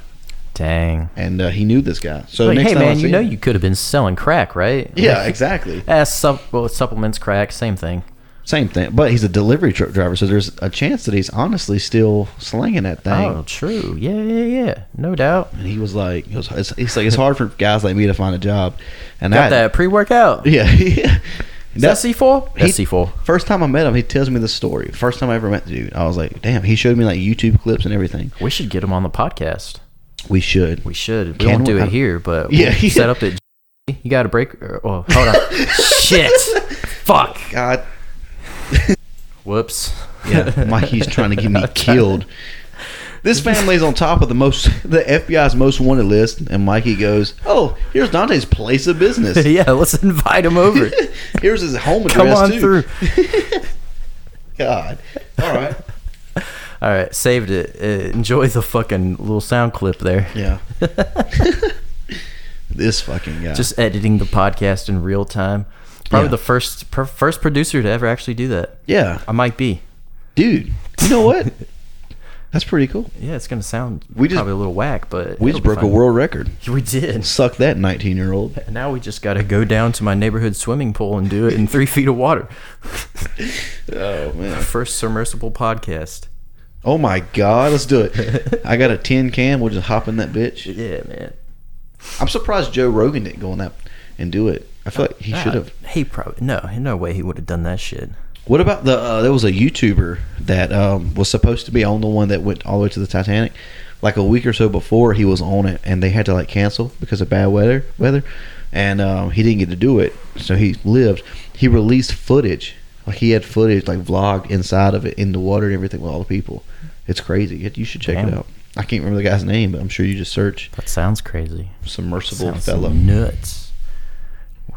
B: Dang.
C: and uh, he knew this guy. So
B: Like,
C: next
B: hey
C: time I
B: man,
C: see
B: you know
C: him-
B: you could have been selling crack, right? (laughs)
C: (laughs) yeah, exactly,
B: As sup- well, supplements, crack, same thing.
C: same thing. But he's a delivery truck driver, so there's a chance that he's honestly still slinging that thing.
B: Oh, true. Yeah, yeah, yeah. No doubt.
C: And he was like, it was, it's, it's like it's hard for guys like me to find a job. And
B: Got
C: I,
B: that pre-workout.
C: (laughs) Yeah, yeah.
B: Is that C4?
C: he-
B: That's C4.
C: First time I met him, he tells me the story. First time I ever met the dude, I was like, "Damn!" He showed me like YouTube clips and everything.
B: We should get him on the podcast.
C: We should.
B: We should. We
C: Can
B: won't
C: we-
B: do
C: how-
B: it here, but
C: (laughs) Yeah,
B: we'll
C: yeah.
B: set up the. You got a break? Or, oh, hold on.
C: (laughs)
B: Shit. Fuck.
C: God, (laughs)
B: Whoops.
C: yeah, Mikey's trying to
B: (laughs)
C: get me killed. This family's on top of the most, the FBI's most wanted list, and Mikey goes, "Oh, here's Dante's place of
B: (laughs)
C: business.
B: yeah, let's invite him over.
C: Here's his home address
B: Come on
C: too."
B: through.
C: (laughs) God, all right,
B: All right, saved it. Uh, enjoy the fucking little sound clip there. (laughs)
C: yeah. this fucking guy.
B: Just editing the podcast in real time. Probably
C: Yeah.
B: the first per, first producer to ever actually do that.
C: yeah,
B: I might be.
C: dude. You know what? That's pretty cool.
B: Yeah, it's gonna sound
C: We just-
B: probably a little whack, but
C: We
B: it'll
C: just
B: be
C: broke a
B: fine.
C: world record.
B: We did.
C: Suck that 19
B: (laughs)
C: year old.
B: Now we just gotta go down to my neighborhood swimming pool and do it in three (laughs) feet of water.
C: Oh, man.
B: First submersible podcast.
C: Oh, my God. Let's do it. I got a tin can. We'll just hop in that bitch.
B: Yeah, man.
C: I'm surprised Joe Rogan didn't go on that and do it. I feel like he
B: Ah,
C: should have.
B: He probably no, no way he would have done that shit.
C: What about the? Uh, there was a YouTuber that um, was supposed to be on the one that went all the way to the Titanic. Like a week or so before, he was on it, and they had to like cancel because of bad weather. Weather, and um, he didn't get to do it, so he lived. He released footage, like he had footage, like vlogged inside of it in the water and everything with all the people. It's crazy. You should check it
B: Damn.
C: out. I can't remember the guy's name, but I'm sure you just search
B: That sounds crazy.
C: submersible
B: Sounds
C: fellow.
B: nuts.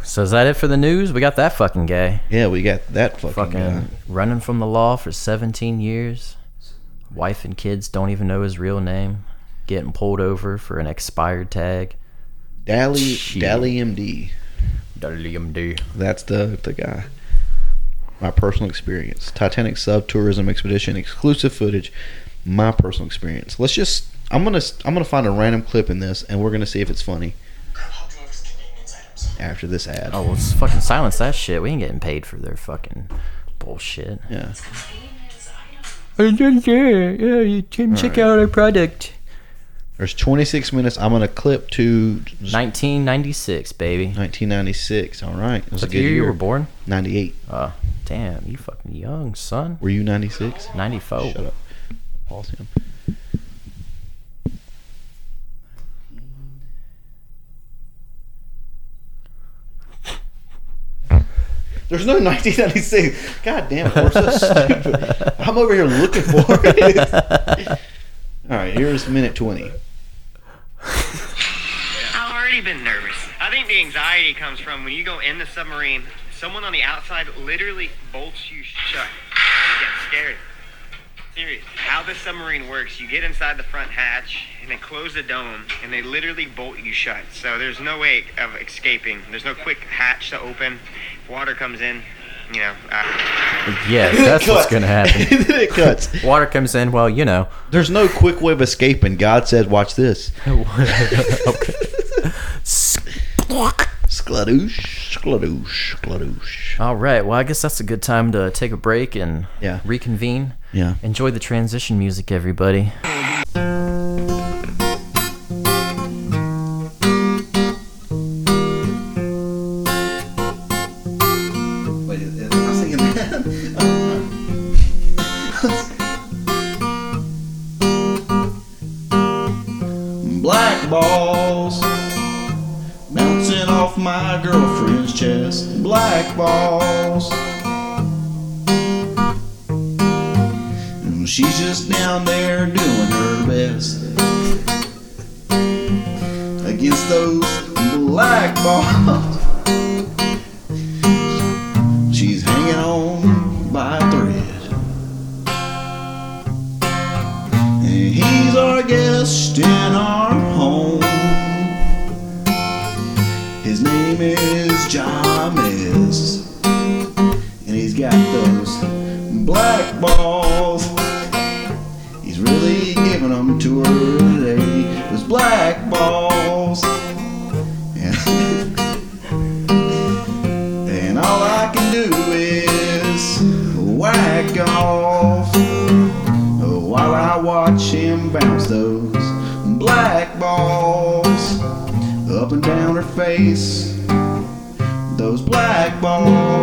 B: So is that it for the news? We got that fucking guy.
C: Yeah, we got that fucking.
B: Fucking
C: guy.
B: running from the law for 17 years. Wife and kids don't even know his real name. Getting pulled over for an expired tag.
C: Dally
B: Shit.
C: Dally MD.
B: WMD.
C: That's the the guy. My personal experience. Titanic sub tourism expedition exclusive footage. My personal experience. Let's just. I'm gonna I'm gonna find a random clip in this, and we're gonna see if it's funny after this ad.
B: Oh, let's fucking silence that shit. We ain't getting paid for their fucking bullshit.
C: Yeah.
B: Oh, Yeah, yeah, you can check out our product.
C: There's 26 minutes. I'm gonna clip to
B: 1996, baby.
C: 1996. All right, it was a
B: What
C: good
B: year you were
C: year.
B: born?
C: 98.
B: Uh, damn, you fucking young, son.
C: Were you 96?
B: 94.
C: Shut up. Pause him. There's no 1996. God damn it, we're (laughs) so stupid. I'm over here looking for it. (laughs) All right, here's minute 20.
D: I've already been nervous. I think the anxiety comes from when you go in the submarine, someone on the outside literally bolts you shut. You get scared. Serious. How the submarine works, you get inside the front hatch and they close the dome and they literally bolt you shut. So there's no way of escaping. There's no quick hatch to open. If water comes in, you know. Uh,
B: Yes, that's what's
C: (laughs)
B: gonna happen.
C: And then it cuts.
B: Water comes in, well, you know.
C: There's no quick way of escaping. God said, watch (laughs) this. (laughs) Skladoosh, skladoosh, skladoosh.
B: All right, well, I guess that's a good time to take a break and
C: Yeah.
B: reconvene.
C: Yeah.
B: Enjoy the transition music, everybody.
C: Wait, am I singing that?
E: Black balls bouncing off my girlfriend's chest. Black balls. And she's just down there doing her best against those black balls. She's hanging on by a thread. And he's our guest in our home. His name is James. And he's got those black balls. He's really giving them to her today. Those black balls. And, (laughs) and all I can do is whack off while I watch him bounce those black balls up and down her face. Those black balls,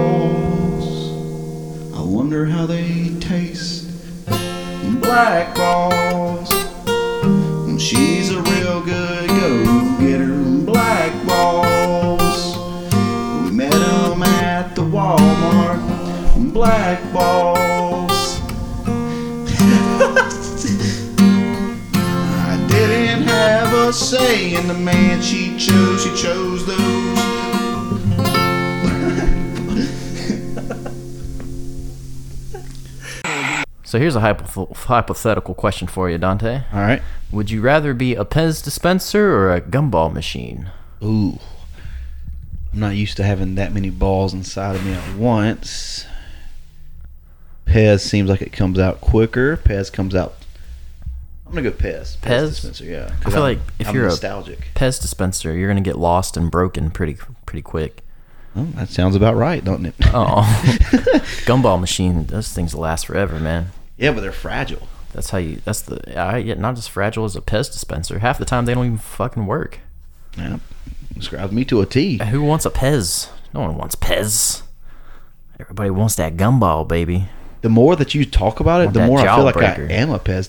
E: I wonder how they taste. Black balls, she's a real good go getter. Black balls, we met him at the Walmart. Black balls. (laughs) I didn't have a say in the man she chose. She chose those.
B: So here's a hypoth- hypothetical question for you, Dante.
C: All right.
B: Would you rather be a Pez dispenser or a gumball machine?
C: Ooh. I'm not used to having that many balls inside of me at once. Pez seems like it comes out quicker. Pez comes out. I'm gonna go Pez.
B: Pez?
C: dispenser, yeah.
B: I feel like if
C: I'm
B: you're a-
C: nostalgic,
B: Pez dispenser, you're gonna get lost and broken pretty pretty quick.
C: oh, that sounds about right, don't it?
B: Oh, (laughs) gumball machine. Those things last forever, man.
C: (laughs) yeah, but they're fragile.
B: That's how you. That's the. I, yeah, not as fragile as a Pez dispenser. Half the time they don't even fucking work.
C: Yeah, describes me to a T.
B: Who wants a Pez? No one wants Pez. Everybody wants that gumball, baby.
C: The more that you talk about it,
B: Want
C: the
B: that
C: more I feel like I
B: jawbreaker.
C: am a Pez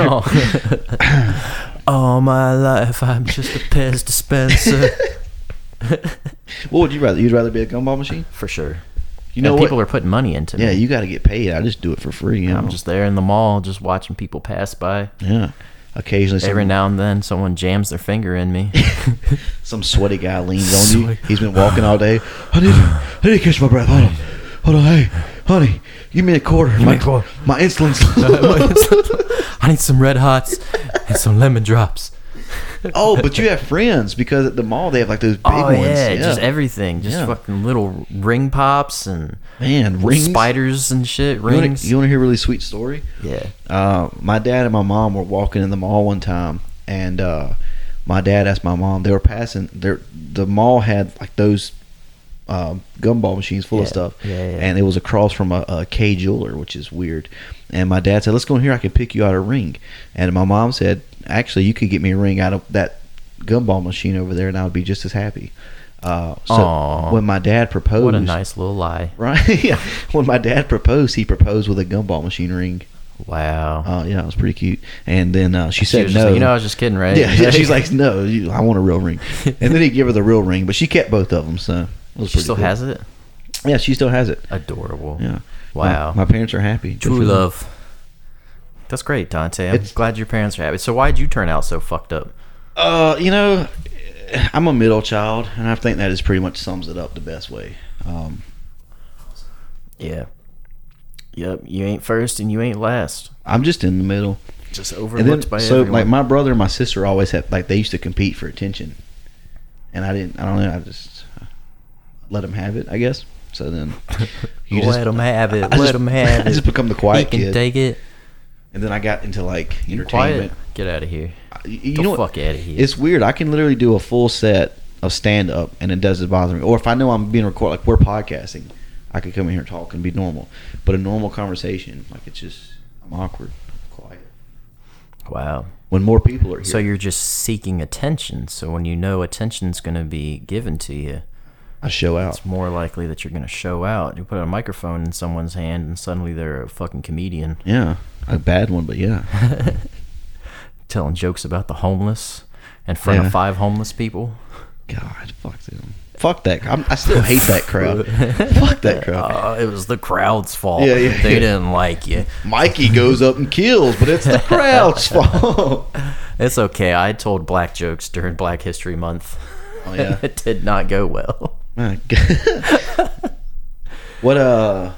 B: (laughs)
C: (laughs)
B: Oh. All my life, I'm just a Pez dispenser.
C: What would you rather? You'd rather be a gumball machine?
B: For sure.
C: (laughs) You know
B: and
C: what?
B: people are putting money into
C: yeah,
B: me.
C: you got to get paid. I just do it for free. You know?
B: I'm just there in the mall, just watching people pass by.
C: yeah. Occasionally, some,
B: Every now and then, someone jams their finger in me.
C: some sweaty guy leans on you.
B: Sweaty.
C: He's been walking all day. I need, I need to catch my breath. Hold on, hold on. Hey, honey, give me a quarter. my,
B: me a quarter.
C: My insulin's.
B: (laughs)
C: low.
B: I need some red hots and some lemon drops.
C: (laughs) oh, but you have friends because at the mall they have like those big
B: Oh
C: ones.
B: yeah, just everything, just
C: Yeah.
B: fucking little ring pops and
C: man rings.
B: spiders and shit,
C: You wanna-
B: rings.
C: You want to hear a really sweet story?
B: yeah,
C: Uh, my dad and my mom were walking in the mall one time, and uh, my dad asked my mom. They were passing. Their the mall had like those um, gumball machines full of
B: Yeah,
C: stuff,
B: yeah, yeah.
C: and it was across from a, a K jeweler, which is weird. And my dad said, "Let's go in here. I can pick you out a ring." And my mom said, "Actually, you could get me a ring out of that gumball machine over there, and I would be just as happy." Uh, so
B: Aw.
C: when my dad proposed,
B: what a nice little lie.
C: (laughs) right? yeah. When my dad proposed, he proposed with a gumball machine ring.
B: Wow.
C: Oh yeah, it was pretty cute. And then uh, she
B: she
C: said
B: was
C: no.
B: just like, you know, I
C: (laughs)
B: was just kidding, right?
C: yeah,
B: (laughs)
C: yeah, she's like, no, you, I want a real ring. And then he gave her the real ring, but she kept both of them. So it was
B: she still has it.
C: Yeah, she still has it.
B: Adorable.
C: Yeah.
B: Wow.
C: My, (laughs) my parents are happy. Good for
B: True
C: them.
B: love. That's great, Dante. I'm
C: It's-
B: glad your parents are happy. So why'd you turn out so fucked up?
C: Uh, you know, I'm a middle child, and I think that is pretty much sums it up the best way. Um,
B: Yeah. Yep. You ain't first and you ain't last.
C: I'm just in the middle.
B: Just
C: and
B: overlooked
C: then
B: by
C: so
B: everyone.
C: like my brother and my sister always had like they used to compete for attention and i didn't i don't know i just let them have it i guess
B: (laughs)
C: so then you
B: let
C: just-
B: them have it.
C: (laughs) I
B: let
C: just-
B: them have it.
C: I just become the quiet
B: he can
C: kid.
B: take it.
C: and then i got into like
B: You
C: entertainment
B: quiet. Get out of here.
C: I- you
B: The
C: know what?
B: fuck outta here.
C: it's weird i can literally do a full set of stand up and it doesn't bother me or if i know i'm being recorded like we're podcasting i could come in here and talk and be normal but a normal conversation like it's just i'm awkward quiet
B: Wow.
C: when more people are here
B: So you're just seeking attention. So when you know attention's going to be given to you,
C: i show out
B: it's more likely that you're going to show out. You put a microphone in someone's hand and suddenly they're a fucking comedian
C: yeah a bad one
B: (laughs)
C: but yeah
B: telling jokes about the homeless in front
C: Yeah.
B: of five homeless people.
C: God, fuck them. Fuck that. I'm, I still hate that
B: (laughs)
C: crowd. fuck that crowd.
B: Uh, it was the crowd's fault.
C: Yeah, yeah,
B: they
C: yeah.
B: didn't like you.
C: Mikey goes up and kills, but it's the
B: (laughs)
C: crowd's fault. Oh,
B: It's okay. I told black jokes during Black History Month.
C: Oh, yeah.
B: (laughs) it did not go well.
C: My (laughs) God. what uh?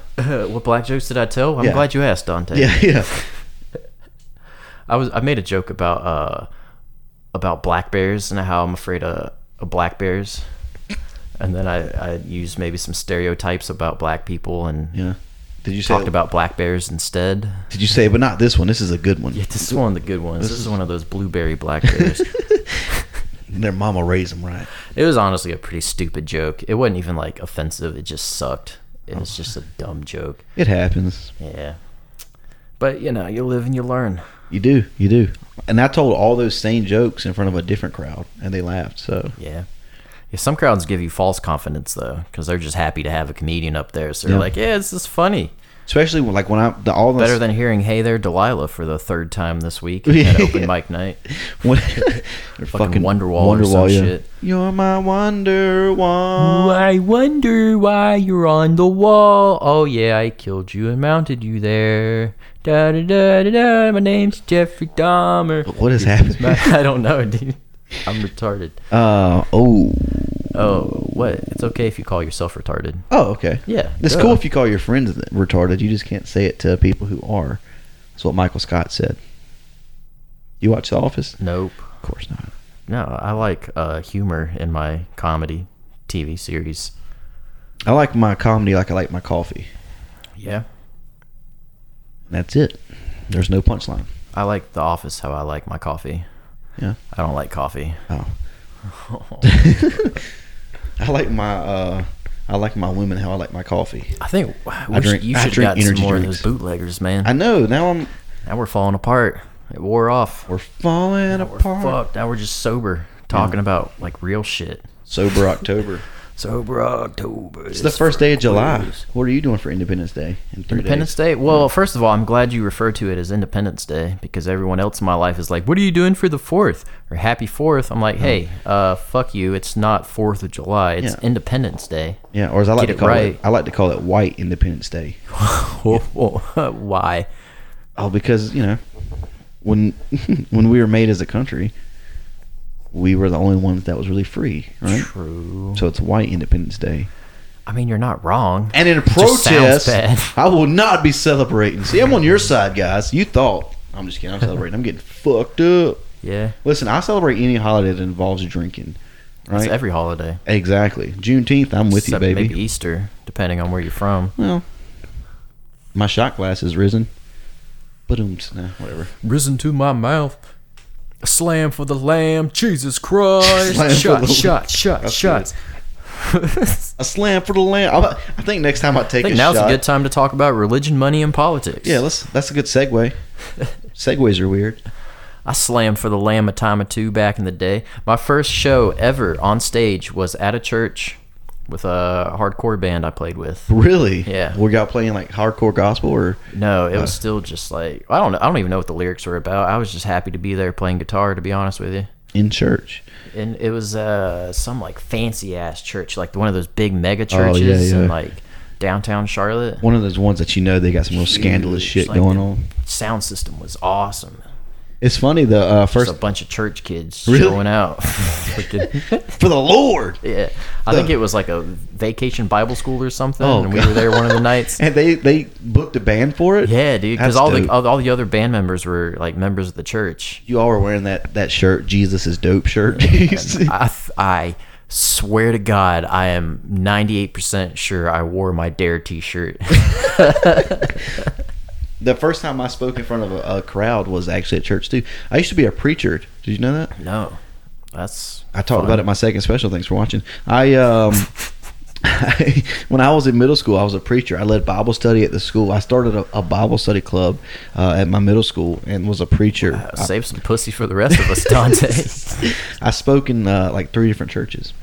B: what black jokes did I tell? I'm
C: Yeah.
B: glad you asked, Dante.
C: Yeah, yeah.
B: I was I made a joke about uh about black bears and how I'm afraid of, of black bears. And then I, I used maybe some stereotypes about black people and
C: Yeah. Did you say?
B: talked about black bears instead.
C: Did you say? But not this one. This is a good one.
B: This is one of the good ones. This is one of those blueberry black
C: (laughs)
B: bears.
C: Their mama raised them right.
B: it was honestly a pretty stupid joke. It wasn't even like offensive. It just sucked. It was just a dumb joke.
C: It happens.
B: Yeah. But you know, you live and you learn.
C: You do. You do. And I told all those same jokes in front of a different crowd, and they laughed. So
B: Yeah. Yeah, some crowds give you false confidence though, because they're just happy to have a comedian up there. So they're
C: Yeah.
B: like, "Yeah, this is funny."
C: especially when, like when I the all the
B: Better than hearing "Hey there, Delilah" for the third time this (laughs) week at open
C: Yeah.
B: mic night.
C: when, (laughs) fucking,
B: Wonderwall or some shit.
C: You're my Wonderwall.
B: I wonder why you're on the wall. Oh yeah, I killed you and mounted you there. Da da da da da. My name's Jeffrey Dahmer.
C: What is happening?
B: (laughs) I don't know, dude. I'm retarded.
C: Uh oh.
B: Oh, what? It's okay if you call yourself retarded.
C: Oh, okay.
B: Yeah,
C: It's
B: duh.
C: cool if you call your friends retarded. You just can't say it to people who are. That's what Michael Scott said. You watch The Office?
B: Nope.
C: Of course not.
B: No, I like uh, humor in my comedy TV series.
C: I like my comedy like I like my coffee.
B: Yeah.
C: That's it. There's no punchline.
B: I like The Office how I like my coffee.
C: Yeah.
B: I don't like coffee.
C: (laughs) Oh. I like my uh I like my women how I like my coffee.
B: I think wow, we
C: I
B: sh-
C: drink-
B: you
C: I
B: should have got
C: drink
B: some
C: energy
B: more
C: drinks.
B: of those bootleggers, man.
C: I know. Now I'm
B: now we're falling apart. It wore off.
C: we're falling
B: We're
C: apart.
B: fucked. Now we're just sober, talking about like real shit.
C: Sober October.
B: Sober October.
C: (laughs) It's the first day of July. What are you doing for Independence Day? In three
B: Independence Day? Well, first of all, I'm glad you refer to it as Independence Day because everyone else in my life is like, what are you doing for the 4th? Or Happy 4th. I'm like, hey, uh, fuck you. It's not 4th of July. It's
C: Yeah.
B: Independence (laughs) Day.
C: Days? Yeah, or as I like
B: Get
C: to
B: it
C: call it,
B: right.
C: I like to call it White Independence Day.
B: Whoa, whoa, (laughs) Why?
C: Oh, because you know, when (laughs) when we were made as a country, we were the only ones that was really free, right?
B: True.
C: So it's White Independence Day.
B: I mean, you're not wrong.
C: And in
B: just sounds
C: protest,
B: bad.
C: I will not be celebrating. See, I'm on your side, guys. You thought I'm just kidding. I'm celebrating.
B: (laughs)
C: I'm getting fucked up.
B: yeah.
C: Listen, I celebrate any holiday that involves drinking.
B: It's
C: Right?
B: every holiday.
C: exactly. Juneteenth, I'm with
B: except
C: you, baby.
B: Maybe Easter, depending on where you're from.
C: Well, my shot glass has risen. But um, nah, whatever.
B: Risen to my mouth. A slam for the lamb. Jesus (laughs) Christ.
C: Slam for
B: shot,
C: the-
B: shot, shot, shot.
C: A slam for the land. I, I think next time I take
B: I think
C: a
B: now's
C: shot-
B: a good time to talk about religion, money, and politics.
C: Yeah, let's, that's a
B: (laughs)
C: good segue. Segways are weird.
B: I slammed for the Lamb a time or two back in the day. My first show ever on stage was at a church with a hardcore band I played with.
C: Really?
B: Yeah.
C: Were y'all playing like hardcore gospel or?
B: No, it was still just like I don't I don't even know what the lyrics were about. I was just happy to be there playing guitar, to be honest with you.
C: in church.
B: and it was uh, some like fancy ass church, like one of those big mega churches
C: Oh, yeah.
B: in like downtown Charlotte.
C: One of those ones that you know they got some real scandalous
B: Huge,
C: shit
B: like,
C: going
B: the
C: on.
B: Sound system was awesome.
C: It's funny the uh, first
B: Just a bunch of church kids
C: Really?
B: showing out. (laughs) Freaking-
C: for the Lord,
B: yeah, I think it was like a vacation Bible school or something,
C: Oh,
B: and we were there one
C: (laughs)
B: of the nights.
C: and they they booked a band for it.
B: Yeah, dude, because
C: That's
B: all
C: dope.
B: the all, all the other band members were like members of the church.
C: you all were wearing that that shirt, Jesus is dope shirt. (laughs)
B: I, th- I swear to God, I am ninety eight percent sure I wore my Dare T
C: (laughs)
B: shirt.
C: the first time I spoke in front of a, a crowd was actually at church too. I used to be a preacher. Did you know that?
B: no, that's
C: I talked about it in my second special. Thanks for watching. I um, (laughs) when I was in middle school, I was a preacher. I led Bible study at the school. I started a, a Bible study club uh, at my middle school and was a preacher. I-
B: Save some pussy for the rest of
C: (laughs)
B: us, Dante.
C: I spoke in uh, like three different churches.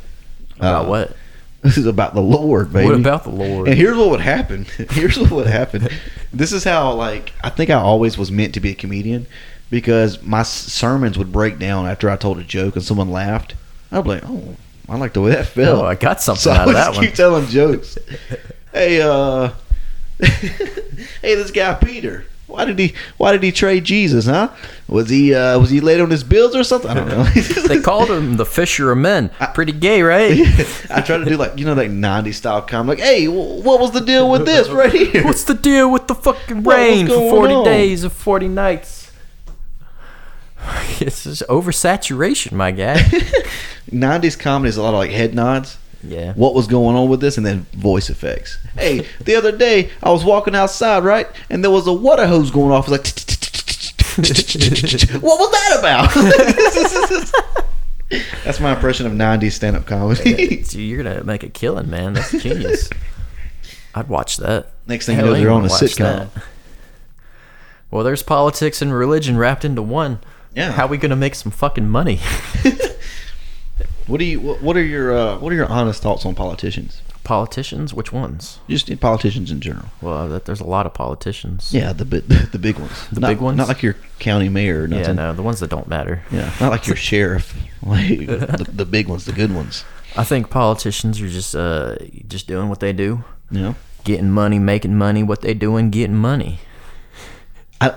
B: About
C: Uh,
B: what?
C: This is about the Lord, baby.
B: What about the Lord?
C: And here's what would happen. (laughs) Here's what would happen. This is how like I think I always was meant to be a comedian because my s- sermons would break down after I told a joke and someone laughed. I'd be like, oh, I like the way that felt.
B: Oh, I got something
C: So I
B: out of
C: would
B: that
C: just
B: one.
C: Keep telling jokes. hey, uh, (laughs) hey, this guy Peter. Why did he? Why did he trade Jesus? Huh? Was he? Uh, was he late on his bills or something? I don't know. (laughs)
B: they called him the Fisher of Men. Pretty gay,
C: (laughs)
B: right?
C: I try to do like you know like '90s style comedy. Like, hey, wh- what was the deal with this right
B: (laughs)
C: here?
B: What's the deal with the fucking
C: What was
B: rain
C: going
B: for 40
C: on?
B: days and 40 nights? (sighs) It's just oversaturation, my
C: (laughs)
B: guy.
C: '90s comedy is a lot of like head nods.
B: Yeah.
C: What was going on with this, and then voice effects. Hey, the other day I was walking outside, right, and there was a water hose going off. It was like, (laughs) what was that about? (laughs) That's my impression of '90s stand-up comedy.
B: So You're going to make a killing, man. That's genius. I'd watch that.
C: (laughs) Next thing you
B: Hell,
C: know, they're on a
B: anyone watch
C: sitcom.
B: that. Well, there's politics and religion wrapped into one.
C: Yeah.
B: How we going to make some fucking money? (laughs)
C: What do you? What, what are your? Uh, what are your honest thoughts on politicians?
B: Politicians? Which ones?
C: Just politicians in general.
B: Well, that, there's a lot of politicians.
C: Yeah, the big, (laughs) the big ones. The not,
B: big ones?
C: Not like your county mayor or
B: Yeah,
C: nothing.
B: no, the ones that don't matter.
C: Yeah, not
B: (laughs)
C: like your sheriff. (laughs) Like the, the big ones, the good ones.
B: I think politicians are just uh just doing what they do,
C: You know,
B: getting money, making money. What they doing, getting money. (laughs)
C: I,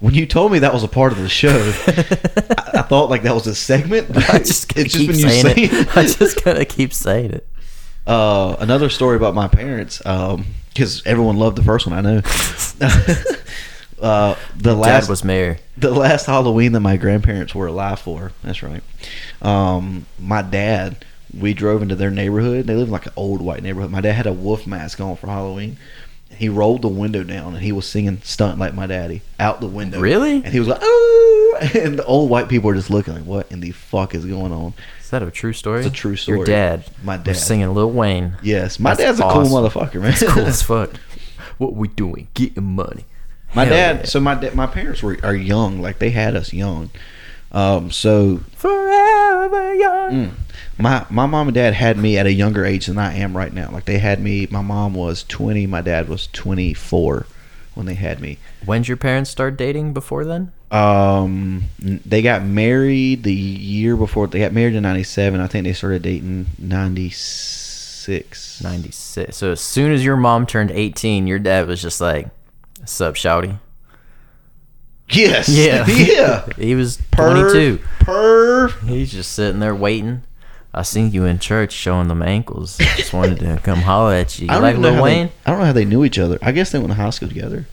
C: when you told me that was a part of
B: (laughs)
C: the show, I, I thought like that was a segment. but
B: I just gotta
C: (laughs) it's
B: keep
C: when you
B: saying
C: say
B: it. (laughs) I just gotta keep saying it.
C: (laughs) uh, another story about my parents, because everyone loved the first one. I
B: (laughs)
C: know. (laughs) uh, the last
B: Dad was mayor.
C: the last Halloween that my grandparents were alive for. That's right. Um, my dad, we drove into their neighborhood. They live in like an old white neighborhood. My dad had a wolf mask on for Halloween. He rolled the window down and he was singing "Stunt Like My Daddy" out the window.
B: Really?
C: And he was like, "Oh!" (laughs) And the old white people were just looking like, "What in the fuck is going on?"
B: Is that a true story?
C: It's a true
B: Your
C: story.
B: dad,
C: My
B: was
C: dad.
B: singing Lil
C: (laughs)
B: Wayne.
C: Yes, my
B: That's
C: dad's a
B: awesome.
C: cool motherfucker, man.
B: It's cool as fuck. What we doing? Getting money.
C: (laughs) my
B: Hell
C: dad.
B: yeah.
C: So my dad, my parents were are young. Like they had us young. Um, so
B: Forever young.
C: Mm. my my mom and dad had me at a younger age than I am right now. Like they had me. My mom was twenty. My dad was twenty four when they had me.
B: When'd your parents start dating before then?
C: Um, n- they got married the year before they got married in '97. I think they started dating '96.
B: 96. So as soon as your mom turned 18, your dad was just like, Sup, shouty?
C: Yes.
B: Yeah.
C: (laughs)
B: (laughs)
C: yeah.
B: He was
C: Perv,
B: 22.
C: Perv.
B: He's just sitting there waiting. I seen you in church showing them ankles. I just wanted
C: (laughs)
B: to come holler at you. You
C: I don't
B: like
C: even know
B: Lil
C: how they-
B: Wayne?
C: I don't know how they knew each other. I guess they went to high school together.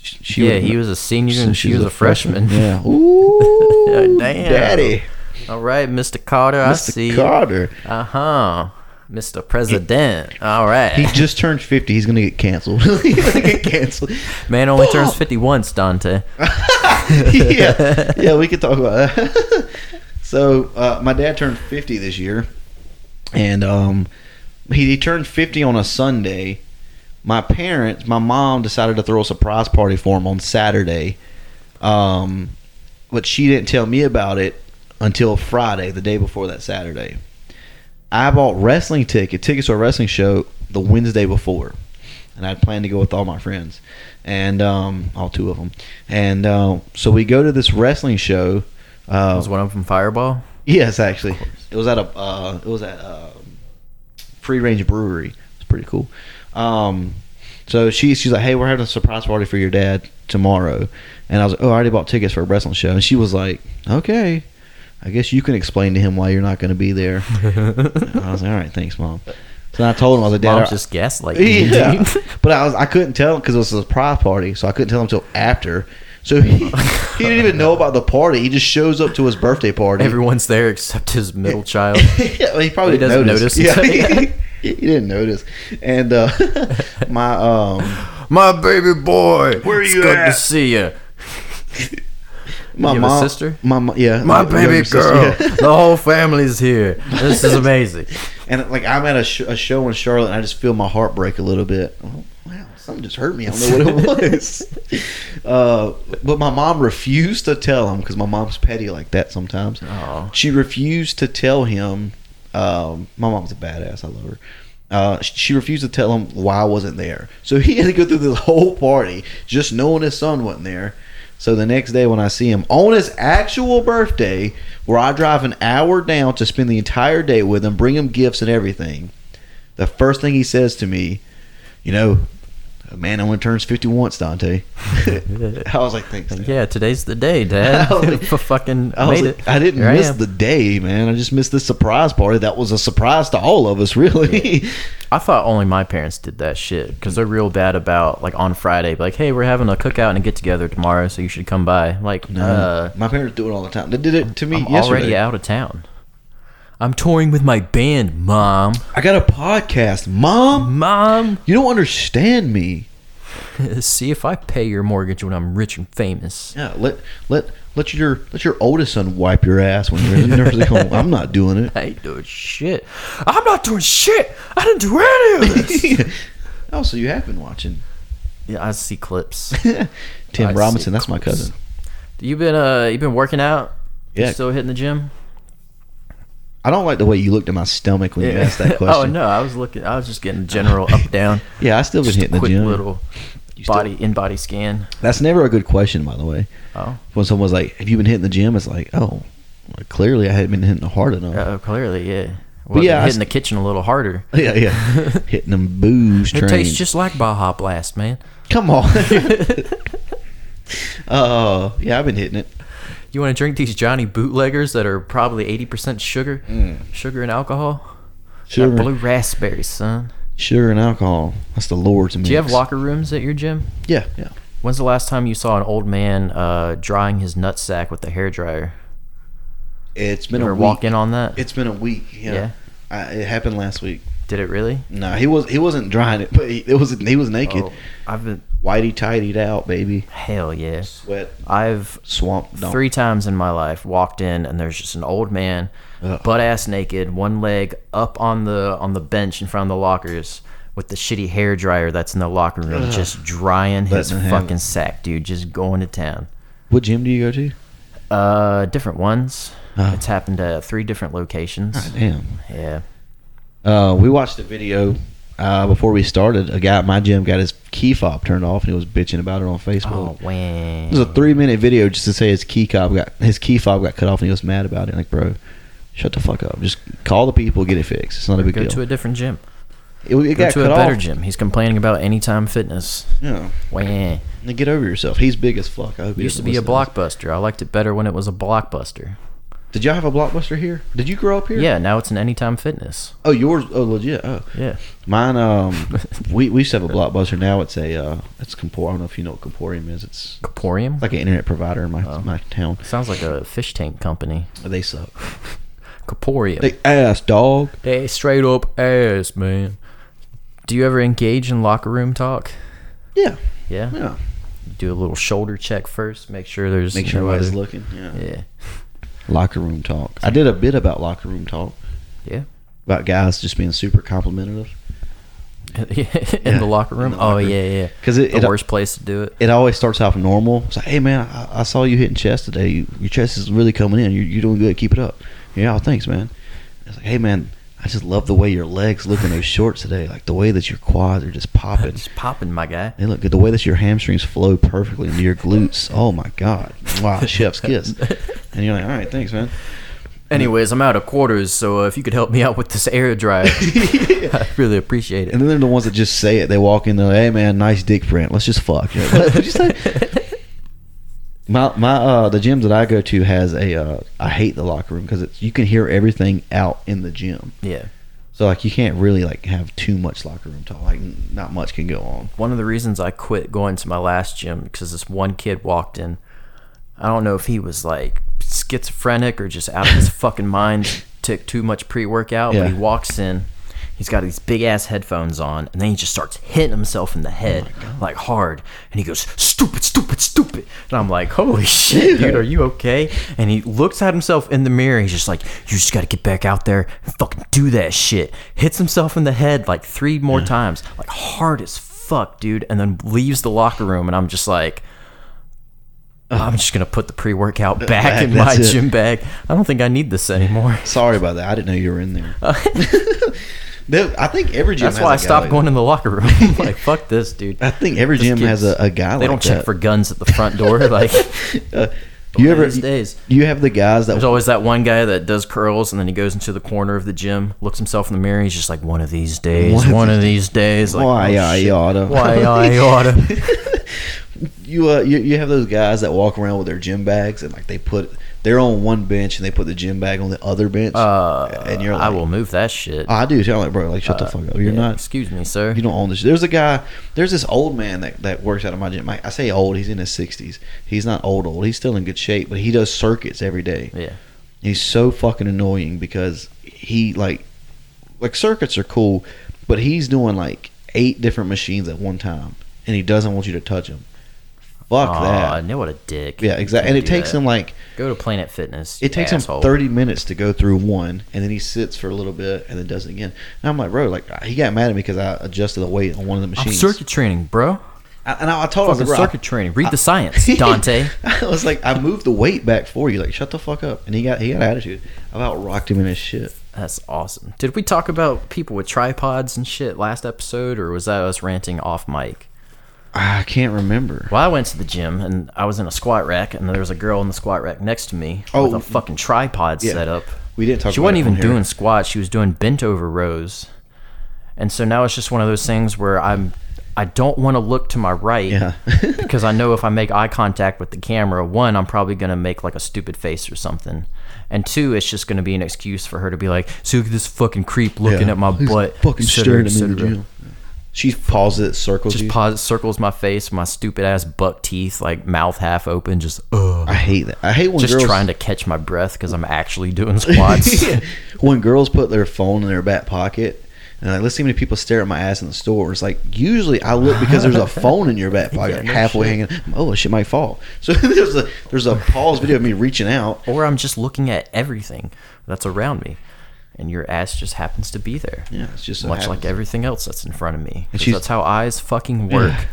C: She, she
B: yeah, he was a senior and she was a freshman. (laughs)
C: Yeah. Ooh.
B: Damn.
C: Daddy.
B: (laughs) All right, Mr. Carter, I see.
C: Mr. Carter.
B: Uh huh. Mr. President. All right.
C: He just turned 50. He's going to get canceled. (laughs) He's going to get canceled.
B: (laughs)
C: (laughs)
B: Man only turns
C: Fuck.
B: 50 once, Dante.
C: yeah. Yeah, we could talk about that. (laughs) so, uh, my dad turned 50 this year. And um, he, he turned 50 on a Sunday. My parents, my mom decided to throw a surprise party for him on Saturday. Um, but she didn't tell me about it until Friday, the day before that Saturday. I bought wrestling ticket tickets to a wrestling show the Wednesday before, and I planned to go with all my friends, and um, all two of them. And um, so we go to this wrestling show. Uh,
B: Was one of them Fireball?
C: Yes, actually, it was at a uh, it was at uh, Free Range Brewery. It's pretty cool. Um, so she she's like, "Hey, we're having a surprise party for your dad tomorrow," and I was like, "Oh, I already bought tickets for a wrestling show," and she was like, "Okay." I guess you can explain to him why you're not going to
B: (laughs)
C: be there. I was like, all right, thanks, mom. So I told him I was like, dad,
B: Mom
C: I-
B: just gaslighting. (laughs)
C: (laughs) yeah.
B: you, dude.
C: but I was I couldn't tell him because it was a surprise party, so I couldn't tell him until after. So he, he didn't even know about the party. He just shows up to his
B: (laughs)
C: birthday party.
B: Everyone's there except his
C: (laughs)
B: middle child.
C: yeah, well, he probably
B: He doesn't
C: didn't
B: (laughs)
C: notice.
B: notice.
C: Yeah. (laughs) he didn't notice. And uh, (laughs) my um,
B: My baby boy. Where
C: are
B: it's
C: you
B: good
C: at?
B: to see you. You
C: my
B: have a
C: mom,
B: sister?
C: my mo- yeah,
B: My
C: younger
B: baby
C: sister,
B: girl.
C: yeah.
B: The whole family's here. This is amazing.
C: (laughs) And like I'm at a, sh- a show in Charlotte, and I just feel my heart break a little bit. Oh, wow, something just hurt me. I don't know
B: (laughs)
C: what it was. (laughs) uh, but my mom refused to tell him because my mom's petty like that sometimes.
B: Aw.
C: She refused to tell him. Um, my mom's a badass. I love her. Uh, sh- she refused to tell him why I wasn't there. So (laughs) he had to go through this whole party just knowing his son wasn't there. So the next day when I see him on his actual birthday, where I drive an hour down to spend the entire day with him, bring him gifts and everything, the first thing he says to me, you know, a man only turns 50 once, Dante. (laughs) I was like, thanks. Dad."
B: Yeah, today's the day, Dad.
C: I was
B: (laughs)
C: like-
B: fucking
C: I was
B: made
C: like,
B: it.
C: I didn't
B: Here
C: miss
B: am.
C: the day, man. I just missed this surprise party. That was a surprise to all of us, (laughs) really.
B: I thought only my parents did that shit because they're real bad about like on Friday, like, hey, we're having a cookout and a get together tomorrow, so you should come by. Like, uh,
C: My parents do it all the time. They did it to me
B: I'm
C: yesterday.
B: already out of town. I'm touring with my band, mom.
C: I got a podcast, Mom.
B: Mom, (laughs)
C: You don't understand me.
B: see if I pay your mortgage when I'm rich and famous.
C: Yeah, let let let your let your oldest son wipe your ass when you're in
B: (laughs)
C: nursing home. I'm not doing
B: I ain't doing shit. I'm not doing shit. I didn't do any of
C: (laughs)
B: this.
C: it. oh, so you have been watching
B: yeah, I see clips.
C: Tim
B: I see.
C: Robinson? That's my cousin.
B: You been uh, you been working out? You
C: Yeah,
B: still hitting the gym?
C: I don't like the way you looked at my stomach when you asked that
B: (laughs)
C: question.
B: oh no, I was looking. I was just getting general up down.
C: Yeah, I (laughs) still been
B: Just a
C: hitting the
B: quick
C: gym.
B: little
C: You still-
B: body in body scan.
C: That's never a good question, by the way.
B: Oh,
C: When someone's like, "Have you been hitting the gym?" It's like, "Oh, well, clearly I hadn't been hitting hard enough."
B: uh, clearly, yeah. Well,
C: yeah, I
B: hitting the
C: s-
B: kitchen a little harder.
C: (laughs)
B: (laughs)
C: Yeah, yeah, hitting them booze
B: It
C: trains.
B: tastes just like Baja Blast, man. (laughs)
C: Come on. (laughs) Oh, yeah, I've been hitting it.
B: You want to drink these Johnny bootleggers that are probably eighty percent sugar,
C: Mm.
B: sugar and alcohol. That
C: Sugar,
B: blue raspberry, son.
C: sugar and alcohol. That's the Lord's mix.
B: Do you have locker rooms at your gym?
C: Yeah, yeah.
B: When's the last time you saw an old man uh, drying his nutsack with a hairdryer?
C: It's been
B: You
C: a
B: ever
C: week.
B: walk in on that?
C: It's been a week. Yeah.
B: Yeah.
C: I, it happened last week.
B: Did it really?
C: No, he was he wasn't drying it, (laughs) but he, it was he was naked,
B: Oh, I've been
C: whitey tidied out, baby,
B: hell yeah.
C: sweat
B: I've
C: swamp. dump.
B: three times in my life walked in and there's just an old man
C: Ugh.
B: butt ass naked one leg up on the on the bench in front of the lockers with the shitty hair dryer that's in the locker room just drying his
C: Letting him have it.
B: fucking sack dude just going to town
C: What gym do you go to?
B: uh different ones It's happened at three different locations.
C: Damn.
B: Yeah.
C: Uh, we watched a video uh, before we started. A guy at my gym got his key fob turned off, and he was bitching about it on
B: Oh,
C: Facebook.
B: man.
C: It was a three-minute video just to say his key fob got his key fob got cut off, and he was mad about it. Like, bro, shut the fuck up. Just call the people, get it fixed. It's not a big
B: Go
C: deal.
B: to a different gym.
C: it it
B: Go
C: got
B: to
C: cut
B: a better
C: off.
B: gym. He's complaining about Anytime Fitness.
C: Yeah.
B: Wah.
C: And get over yourself. He's big as fuck. I hope he
B: Used to
C: doesn't
B: be a
C: listen this.
B: blockbuster. I liked it better when it was a blockbuster.
C: Did y'all have a blockbuster here? Did you grow up here?
B: Yeah, now it's an Anytime Fitness.
C: Oh, yours. Oh, legit. Oh,
B: Yeah.
C: Mine,
B: (laughs)
C: um, we, we used to have a blockbuster. Now it's a, uh, it's Compor. I don't know if you know what Comporium is. It's
B: Caporium?
C: like an internet provider in my, my town.
B: Sounds like a fish tank company.
C: Oh. They suck.
B: Caporium.
C: They ass dog.
B: They straight up ass, man. Do you ever engage in locker room talk?
C: Yeah,
B: Yeah.
C: yeah.
B: Do a little shoulder check first. Make sure there's
C: Make sure
B: no
C: nobody's
B: other-
C: looking. Yeah.
B: Yeah.
C: Locker room talk. I did a bit about locker room talk
B: (laughs) Yeah.
C: about guys just being super complimentative.
B: in
C: Yeah,
B: the locker room.
C: in the locker
B: oh
C: room.
B: yeah, yeah.
C: 'Cause it-
B: the
C: it-
B: worst place to do it.
C: It always starts off normal. It's like, hey man, I, I saw you hitting chest today. You, your chest is really coming in. You're, you're doing good. Keep it up. Yeah, oh, thanks, man. It's like, hey man, I just love the way your legs look in those shorts today. Like the way that your quads are just popping.
B: (laughs) It's popping, my guy.
C: They look good. The way that your hamstrings flow perfectly into your glutes. Oh my god!
B: (laughs)
C: Wow, chef's kiss. And you're like, all right, thanks, man.
B: Anyways, I'm out of quarters, so uh, if you could help me out with this air
C: (laughs)
B: dryer, (laughs) I really appreciate it.
C: And then they're the ones that just say it. They walk in, they're like, hey man, nice dick print. Let's just fuck. You're like, what would
B: (laughs)
C: you say? My my uh, the gym that I go to has a uh, I hate the locker room because you can hear everything out in the gym.
B: Yeah.
C: So like you can't really like have too much locker room talk. Like n- not much can go on.
B: One of the reasons I quit going to my last gym because this one kid walked in. I don't know if he was like schizophrenic or just out of his fucking mind, took too much pre workout,
C: Yeah.
B: but he walks in. He's got these big ass headphones on, and then he just starts hitting himself in the head like hard. And he goes, Stupid, stupid, stupid. And I'm like, Holy shit, dude, are you okay? And he looks at himself in the mirror. He's just like, You just got to get back out there and fucking do that shit. Hits himself in the head like three more times, like hard as fuck, dude. And then leaves the locker room. And I'm just like, I'm just gonna put the pre-workout
C: (laughs)
B: back, in my
C: that's it.
B: gym bag. I don't think I need this
C: (laughs)
B: anymore.
C: Sorry about that. I didn't know you were in
B: (laughs)
C: there. (laughs) They- I think every gym.
B: That's
C: has
B: why
C: a
B: I
C: guy
B: stopped
C: like
B: going in the locker
C: (laughs)
B: room. (laughs) like, fuck this, dude.
C: I think every
B: This
C: gym has a,
B: kid's-
C: a guy.
B: They don't check for guns at the front door.
C: (laughs)
B: (laughs) Like
C: you ever
B: these days.
C: you have the guys that
B: There's always that one guy that does curls and then he goes into the corner of the gym, looks himself in the mirror. He's just like, one of these days,
C: One
B: one,
C: of
B: of these days. Like, oh,
C: Why I
B: shit.
C: oughta.
B: Why
C: (laughs)
B: I oughta.
C: you, uh, you you have those guys that walk around with their gym bags and like they put they're on one bench and they put the gym bag on the other bench.
B: Uh,
C: and you're like,
B: I will move that shit.
C: I do. too. I'm like, bro, like shut the fuck up. You're
B: uh, Yeah,
C: not.
B: Excuse me, sir.
C: You don't own this. There's a guy. There's this old man that, that works out of my gym. Like, I say old. He's in his 60s. He's not old old. He's still in good shape, but he does circuits every day.
B: yeah.
C: He's so fucking annoying because he like like circuits are cool, but he's doing like eight different machines at one time, and he doesn't want you to touch him. Fuck
B: Aw, I
C: that.
B: know what a dick.
C: Yeah, exactly.
B: Can't
C: And it
B: do
C: takes
B: that.
C: him like
B: Go to Planet Fitness.
C: it takes
B: asshole.
C: him 30 minutes to go through one, and then he sits for a little bit and then does it again. And I'm like, bro, like he got mad at me because I adjusted the weight on one of the
B: I'm
C: machines.
B: circuit training, bro.
C: I, and I, I told him,
B: Fucking
C: Oh, bro, I- (laughs)
B: circuit training. Read the science, Dante.
C: I was like, I moved the weight back for you. Like, shut the fuck up. And he got he got an attitude. I about rocked him in his shit.
B: That's awesome. Did we talk about people with tripods and shit last episode, or was that us ranting off mic?
C: I can't remember.
B: Well, I went to the gym and I was in a squat rack, and there was a girl in the squat rack next to me with
C: Oh.
B: a fucking tripod
C: Yeah.
B: set up.
C: We didn't talk.
B: She
C: about
B: wasn't
C: it
B: even
C: on here.
B: doing squats. She was doing bent over rows. And so now it's just one of those things where I'm I don't want to look to my right
C: Yeah.
B: (laughs)
C: (laughs)
B: because I know if I make eye contact with the camera, one, I'm probably gonna make like a stupid face or something. And two, it's just gonna be an excuse for her to be like, so look at this fucking creep looking
C: Yeah.
B: at my
C: He's
B: butt.
C: Fucking
B: et cetera,
C: staring
B: et
C: at me in the
B: cetera."
C: gym. She pauses it, circles
B: Just
C: you.
B: pause circles my face, my stupid ass buck teeth, like mouth half open, just uh
C: I hate that. I hate when
B: just
C: girls (laughs)
B: trying to catch my breath because I'm actually doing (laughs) squats.
C: when girls put their phone in their back pocket and like, let's see how many people stare at my ass in the store. It's like usually I look because there's
B: (laughs)
C: a phone in your back pocket,
B: Yeah, no
C: halfway hanging. Oh, shit might fall. (laughs) So there's a there's a pause video of me reaching out.
B: or I'm just looking at everything that's around me, and your ass just happens to be there.
C: Yeah, it's just so
B: much
C: happens.
B: like everything else that's in front of me. 'Cause
C: she's-
B: That's how eyes fucking work.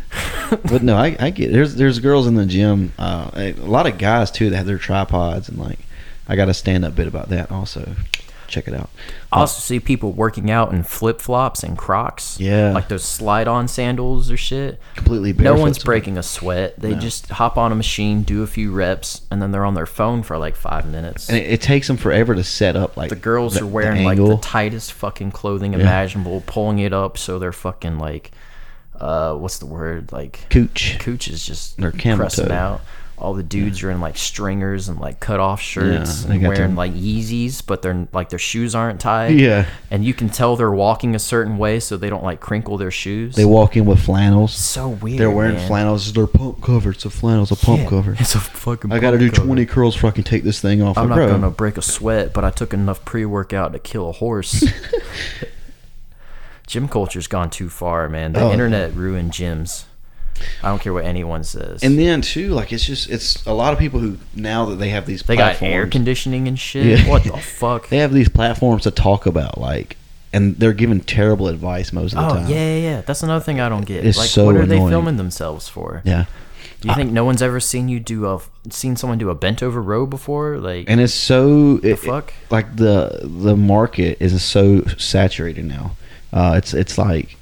C: (laughs) But no, I, I get there's there's girls in the gym, uh, a lot of guys too that have their tripods and like I got a stand up bit about that also. Check it out.
B: (laughs) I also see people working out in flip flops and Crocs.
C: Yeah.
B: like those slide on sandals or shit.
C: Completely
B: No
C: barefoot.
B: one's breaking a sweat. They just hop on a machine, do a few reps, and then they're on their phone for like five minutes.
C: And it, it takes them forever to set up. Like
B: the girls are wearing
C: angle.
B: like the tightest fucking clothing imaginable, pulling it up so they're fucking like, uh, what's the word? Like
C: cooch.
B: cooch is just
C: Or camel
B: pressing
C: toe.
B: out. All the dudes are in like stringers and like cut off shirts
C: Yeah, they
B: and
C: got
B: wearing
C: them-
B: like Yeezys, but they're like their shoes aren't tied.
C: Yeah.
B: and you can tell they're walking a certain way so they don't like crinkle their shoes.
C: They walk in with flannels.
B: so weird.
C: They're wearing
B: man.
C: flannels. They're pump cover. It's a flannel. It's a pump
B: Yeah,
C: cover.
B: It's a fucking.
C: I got to
B: pump
C: do
B: cover.
C: 20 curls before I can take this thing off.
B: I'm
C: Like,
B: not
C: bro,
B: gonna break a sweat, but I took enough pre-workout to kill a
C: (laughs)
B: horse. Gym culture's gone too far, man. The
C: Oh, yeah.
B: internet ruined gyms. I don't care what anyone says.
C: And then too, like it's just it's a lot of people who now that they have these
B: they got
C: platforms,
B: air conditioning and shit.
C: Yeah.
B: What the fuck?
C: (laughs) they have these platforms to talk about like, and they're giving terrible advice most of the
B: Oh
C: time.
B: yeah, yeah, yeah. That's another thing I don't get.
C: It's
B: like,
C: so
B: what are they
C: annoying.
B: filming themselves for?
C: yeah.
B: Do you think no one's ever seen you do a seen someone do a bent over row before? Like,
C: And it's so it-
B: fuck?
C: like the the market is so saturated now. Uh, it's it's like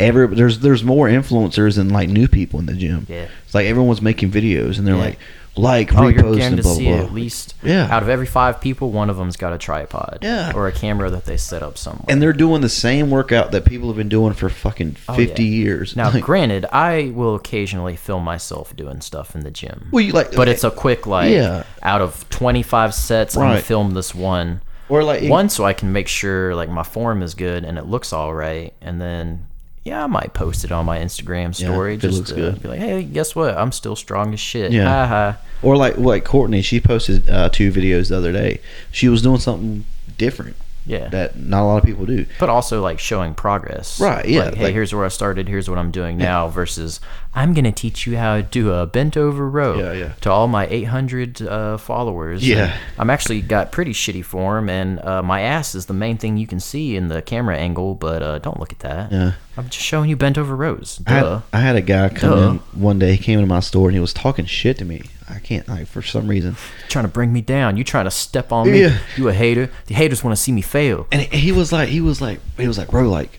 C: ever there's there's more influencers and like new people in the gym.
B: Yeah.
C: It's like everyone's making videos and they're
B: Yeah.
C: like like
B: oh, you're
C: repost and
B: guaranteed to
C: blah
B: see
C: blah.
B: at
C: blah.
B: least
C: Yeah.
B: out of every five people, one of them's got a tripod
C: Yeah.
B: or a camera that they set up somewhere.
C: And they're doing the same workout that people have been doing for fucking
B: Oh,
C: fifty
B: yeah.
C: years.
B: Now,
C: Like-
B: granted, I will occasionally film myself doing stuff in the gym.
C: Well, you like,
B: but it's a quick like
C: Yeah.
B: out of 25 sets i'm gonna
C: Right.
B: film this one
C: Or, like, it-
B: one so i can make sure like my form is good and it looks all right and then yeah i might post it on my instagram
C: Yeah,
B: story
C: if it
B: just
C: looks
B: to
C: good.
B: be like hey guess what i'm still strong as shit
C: Yeah.
B: Ha ha.
C: or like like Courtney, she posted uh, two videos the other day. She was doing something different
B: yeah
C: that not a lot of people do.
B: but also like showing progress
C: Right, yeah,
B: like, hey
C: like-
B: here's where i started here's what i'm doing now versus i'm gonna teach you how to do a bent over row
C: Yeah, yeah.
B: to all my 800 uh, followers
C: Yeah.
B: And i'm actually got pretty shitty form and uh, my ass is the main thing you can see in the camera angle but uh, don't look at that
C: Yeah.
B: i'm just showing you bent over rows
C: I had,
B: Duh.
C: I had a guy come
B: Duh.
C: in one day. He came into my store and he was talking shit to me. I can't like for some reason.
B: trying to bring me down you trying to step on me
C: Yeah.
B: you a hater the haters want to see me fail
C: And he- he was like, he was like, he was like, bro, like,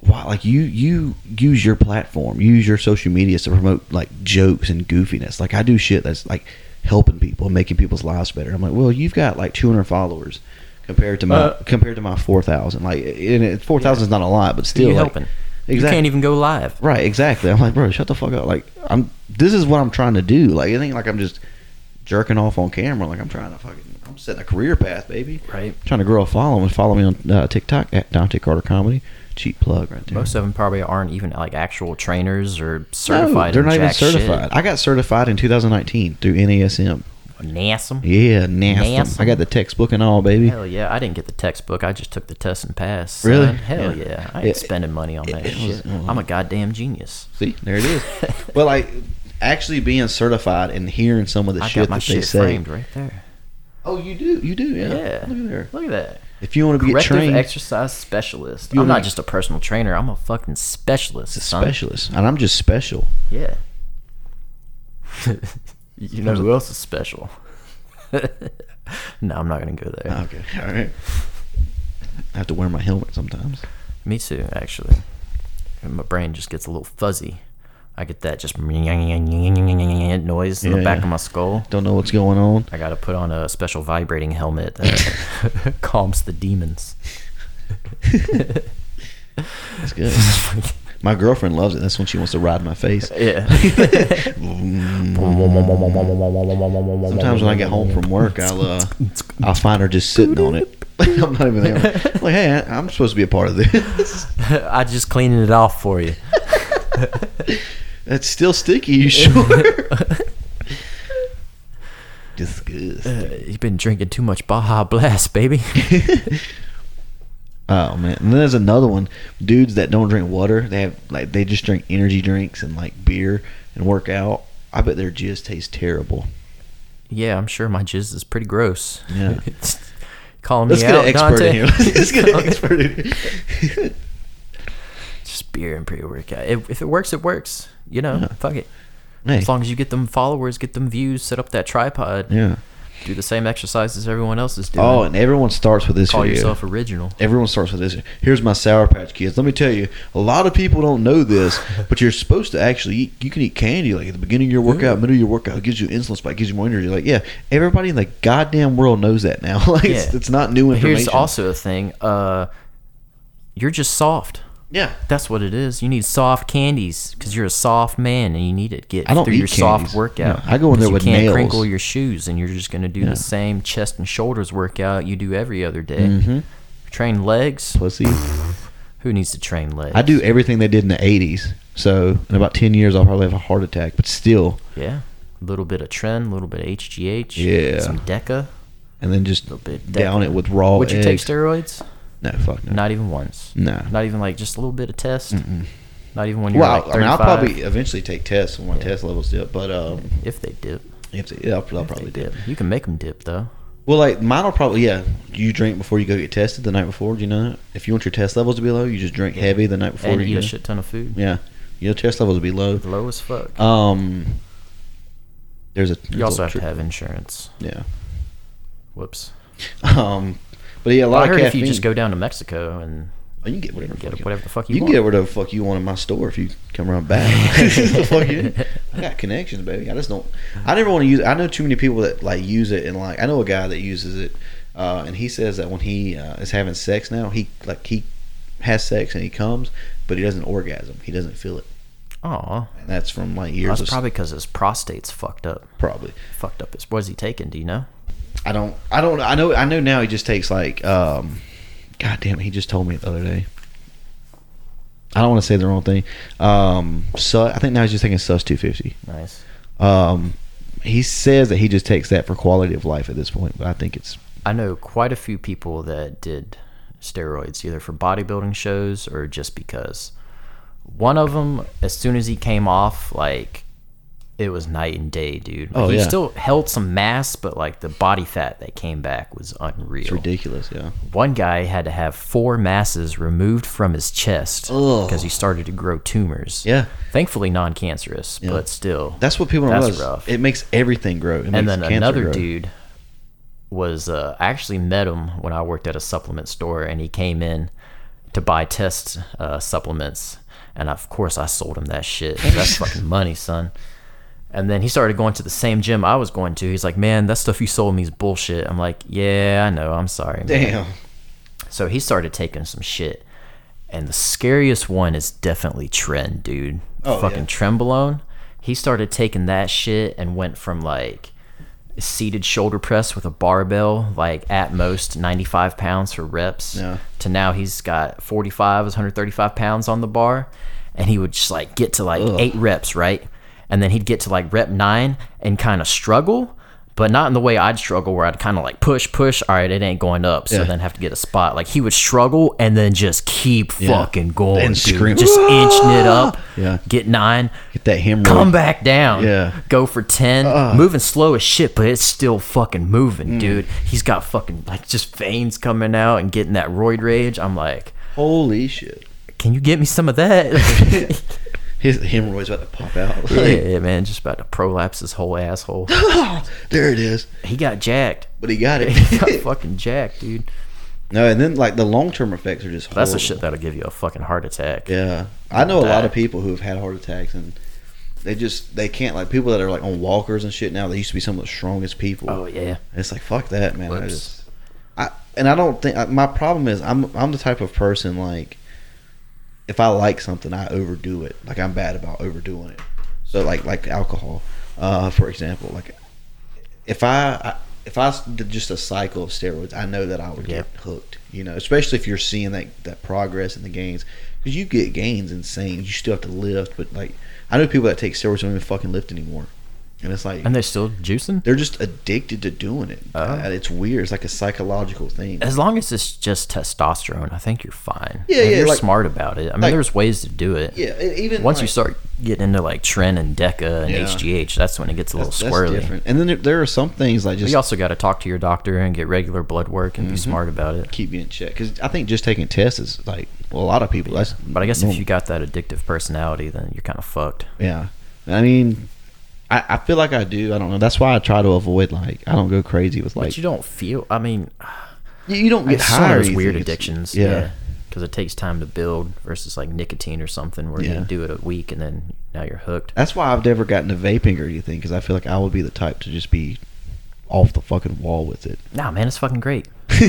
C: why? Like you, you use your platform, use your social medias to promote like jokes and goofiness. Like I do shit that's like helping people, making people's lives better. I'm like, well, you've got like 200 followers compared to my
B: Uh,
C: compared to my 4,000. Like, and it- 4,000 is not a lot, but
B: Who
C: still,
B: you
C: like,
B: helping you
C: Exact-
B: can't even go live
C: Right, exactly. I'm like, bro, shut the fuck up. Like, I'm. This is what I'm trying to do. Like, it ain't like I'm just jerking off on camera. Like, I'm trying to fucking. I'm setting a career path, baby.
B: Right.
C: Trying to grow a following. Follow me on uh, TikTok at Dante Carter Comedy. Cheap plug right there.
B: Most of them probably aren't even like actual trainers or
C: No,
B: certified.
C: they're
B: in
C: not even
B: jack shit.
C: certified. I got certified in 2019 through NASM.
B: NASM.
C: Yeah, NASM.
B: NASM.
C: I got the textbook and all, baby.
B: Hell yeah! I didn't get the textbook. I just took the test and passed. son.
C: Really?
B: Hell yeah!
C: Yeah.
B: I ain't
C: It-
B: spending money on
C: it-
B: that
C: it was- mm-hmm.
B: shit. I'm a goddamn genius.
C: See, there it is. well, like actually being certified and hearing some of the
B: (laughs) I
C: shit
B: got my
C: that they
B: shit
C: say.
B: framed right there.
C: Oh, you do, you do, yeah.
B: Yeah.
C: Look at there.
B: Look at that.
C: If you want to get
B: Corrective
C: trained,
B: exercise specialist.
C: You
B: I'm not
C: like-
B: just a personal trainer. I'm a fucking specialist.
C: a
B: son.
C: specialist, and I'm just special.
B: Yeah. (laughs) you know who else is special? (laughs) no, I'm not gonna go there.
C: Okay, all right. I have to wear my helmet sometimes.
B: Me too, actually. And my brain just gets a little fuzzy. I get that just (laughs) noise in the
C: Yeah,
B: back
C: yeah.
B: of my skull.
C: Don't know what's going on.
B: I gotta put on a special vibrating helmet that (laughs) calms the demons.
C: That's good. (laughs) my girlfriend loves it. That's when she wants to ride my face.
B: Yeah.
C: Sometimes when I get home from work, I'll uh, I'll find her just sitting on it. (laughs) I'm not even there. I'm like, hey, I- I'm supposed to be a part of (laughs) this.
B: I just cleaning it off for you.
C: That's still sticky. You sure? (laughs) Disgusting.
B: You've been drinking too much Baja Blast, baby.
C: Oh man! And then there's another one. Dudes that don't drink water, they have like they just drink energy drinks and like beer and work out. I bet their jizz tastes terrible.
B: yeah, I'm sure my jizz is pretty gross.
C: Yeah.
B: (laughs) Calling
C: Let's
B: me
C: get
B: out,
C: an expert
B: Dante.
C: in here. (laughs)
B: (laughs)
C: Let's get an expert in here. (laughs)
B: Just beer and pre-workout. If, if it works, it works. You know, fuck it.
C: hey,
B: As long as you get them followers, get them views, set up that tripod.
C: yeah.
B: do the same exercises everyone else is doing.
C: Oh, and everyone starts with this
B: call
C: video.
B: yourself original.
C: Everyone starts with this. Here's my Sour Patch Kids. Let me tell you, a lot of people don't know
B: (laughs)
C: this, but you're supposed to actually eat. You can eat candy like at the beginning of your workout, middle of your workout. It gives you insulin spike, gives you more energy. Like, yeah, everybody in the goddamn world knows that now. (laughs) like, it's,
B: Yeah.
C: it's not new
B: But
C: information.
B: here's also a thing. Uh, you're just soft.
C: yeah.
B: That's what it is. You need soft candies because you're a soft man and you need it. Get
C: I don't
B: through
C: eat
B: your soft
C: candies.
B: workout.
C: No, I go in
B: 'Cause
C: there
B: you
C: with
B: can't
C: nails.
B: crinkle your shoes, and you're just going to do the same chest and shoulders workout you do every other day.
C: Mm-hmm.
B: Train legs.
C: Pussy.
B: Who needs to train legs?
C: I do everything they did in the 80s. So in about 10 years, I'll probably have a heart attack, but still.
B: Yeah. A little bit of trend, a little bit of HGH.
C: Yeah.
B: Some DECA.
C: And then just
B: bit
C: down
B: definite.
C: it with raw
B: Would you take
C: eggs.
B: steroids?
C: no, fuck no.
B: Not even once.
C: No.
B: Not even like just a little bit of test. Not even when you're
C: Well,
B: like
C: I mean,
B: 35,
C: I'll probably eventually take tests when my test levels dip, but um,
B: if they dip.
C: if they, yeah, I'll, I'll
B: If
C: probably
B: they
C: dip.
B: dip. You can make them dip though.
C: Well, like mine will probably yeah. You drink before you go get tested the night before. Do you know? that? If you want your test levels to be low, you just drink heavy the night before.
B: and
C: you
B: eat
C: know?
B: a shit ton of food.
C: Yeah, your test levels will be low.
B: Low as fuck.
C: Um, there's a there's
B: you also
C: a
B: have to
C: tri-
B: have insurance.
C: yeah.
B: Whoops.
C: (laughs) Um, but yeah, a
B: I
C: lot of
B: heard if
C: caffeine.
B: you just go down to Mexico and
C: oh, you can get whatever the
B: get
C: fuck you
B: whatever the fuck you,
C: You can
B: want.
C: get whatever the fuck you want in my store if you come around back. The (laughs) fuck you- I got connections, baby. I just don't. I never want to use. I know too many people that like use it and like. I know a guy that uses it, uh, and he says that when he uh, is having sex now, he like he has sex and he comes, but he doesn't orgasm. He doesn't feel it.
B: Aw,
C: And that's from like years
B: that's
C: of
B: probably because his prostate's fucked up.
C: probably.
B: Fucked up. Is what's he taking? Do you know?
C: I don't. I don't. I know. I know now. He just takes like. um God damn it! He just told me the other day. I don't want to say the wrong thing. Um, Su- I think now he's just taking Sus two fifty.
B: Nice.
C: Um, he says that he just takes that for quality of life at this point, but I think it's
B: I know quite a few people that did steroids either for bodybuilding shows or just because. One of them, as soon as he came off, like it was night and day, dude. Like,
C: Oh,
B: he
C: yeah.
B: still held some mass, but like the body fat that came back was unreal.
C: it's ridiculous. Yeah,
B: One guy had to have four masses removed from his chest
C: Ugh.
B: because he started to grow tumors.
C: yeah.
B: Thankfully, non cancerous, but still.
C: That's what people don't
B: That's
C: realize.
B: rough.
C: It makes everything grow. It
B: and
C: makes
B: then
C: cancer
B: another
C: grow.
B: dude was uh, I actually met him when I worked at a supplement store, and he came in to buy test uh, supplements, and of course I sold him that
C: (laughs)
B: shit. That's fucking money, son. And then he started going to the same gym I was going to. He's like, "Man, that stuff you sold me is bullshit." I'm like, "Yeah, I know. I'm sorry." man."
C: Damn.
B: So he started taking some shit. And the scariest one is definitely Trend, dude.
C: Oh,
B: Fucking
C: yeah.
B: Trembolone. He started taking that shit and went from like seated shoulder press with a barbell, like at most 95 pounds for reps,
C: Yeah.
B: to now he's got 45, is 135 pounds on the bar. And he would just like get to like eight reps, right? And then he'd get to like rep nine and kind of struggle, but not in the way I'd struggle where I'd kind of like push, push. All right, it ain't going up. So
C: Yeah.
B: then have to get a spot. Like he would struggle and then just keep fucking going.
C: And
B: dude.
C: scream, (laughs)
B: Just inching it up.
C: Yeah.
B: Get nine
C: Get that hemorrhoid.
B: come back down.
C: Yeah. Uh-uh.
B: Go for 10. moving slow as shit, but it's still fucking
C: Mm.
B: moving, dude. He's got fucking, like, just veins coming out and getting that roid rage. I'm like,
C: Holy shit!
B: can you get me some of
C: (laughs)
B: that? (laughs)
C: His hemorrhoid's about to pop out. (laughs)
B: yeah,
C: Like,
B: yeah, man. Just about to prolapse his whole
C: (gasps)
B: asshole.
C: There it is.
B: He got jacked.
C: But
B: (laughs)
C: he got
B: He
C: (laughs)
B: got
C: it.
B: fucking jacked, dude.
C: no, and then like the long term effects are just.
B: That's
C: horrible.
B: the shit that'll give you a fucking heart attack.
C: Yeah, I know a lot
B: Die.
C: of people who have had heart attacks and they just they can't like people that are like on walkers and shit now. They used to be some of the strongest people.
B: Oh, yeah.
C: And it's like fuck that, man. I
B: Whoops.
C: just, I and I don't think I, my problem is I'm I'm the type of person like if I like something I overdo it. Like I'm bad about overdoing it. So like like alcohol, uh, for example, like if I. I if I s- did just a cycle of steroids, I know that I would
B: Yeah.
C: get hooked. You know, especially if you're seeing that that progress in the gains, because you get gains insane. You still have to lift, but like I know people that take steroids don't even fucking lift anymore, and it's like
B: And they're still juicing?
C: they're just addicted to doing it.
B: Oh.
C: Uh, it's weird. It's like a psychological thing.
B: As long as it's just testosterone, I think you're fine.
C: Yeah,
B: If
C: yeah,
B: You're
C: like-
B: smart about it. I mean,
C: like-
B: there's ways to do it.
C: Yeah, e- even
B: Once you
C: like-
B: start getting into like Tren and Deca and
C: Yeah.
B: HGH, that's when it gets a little
C: that's
B: squirrely.
C: different. And then there, there are some things like just Mm-hmm.
B: You also got to talk to your doctor and get regular blood work and be smart about it.
C: keep you in check because I think just taking tests is like well, a lot of people. That's
B: But I guess if
C: normal.
B: you got that addictive personality, then you're kind of fucked.
C: yeah, I mean, I, I feel like I do. I don't know. That's why I try to avoid like I don't go crazy with like
B: but you don't feel. I mean,
C: you, you don't get
B: it's some
C: high.
B: of
C: or
B: those weird
C: anything. It's-
B: addictions.
C: yeah.
B: Yeah, because it takes time to build versus like nicotine or something where
C: Yeah.
B: you do it a week and then now you're hooked.
C: That's why I've never gotten to vaping or anything because I feel like I would be the type to just be off the fucking wall with it.
B: Nah, man, it's fucking
C: (laughs)
B: great. (laughs)
C: I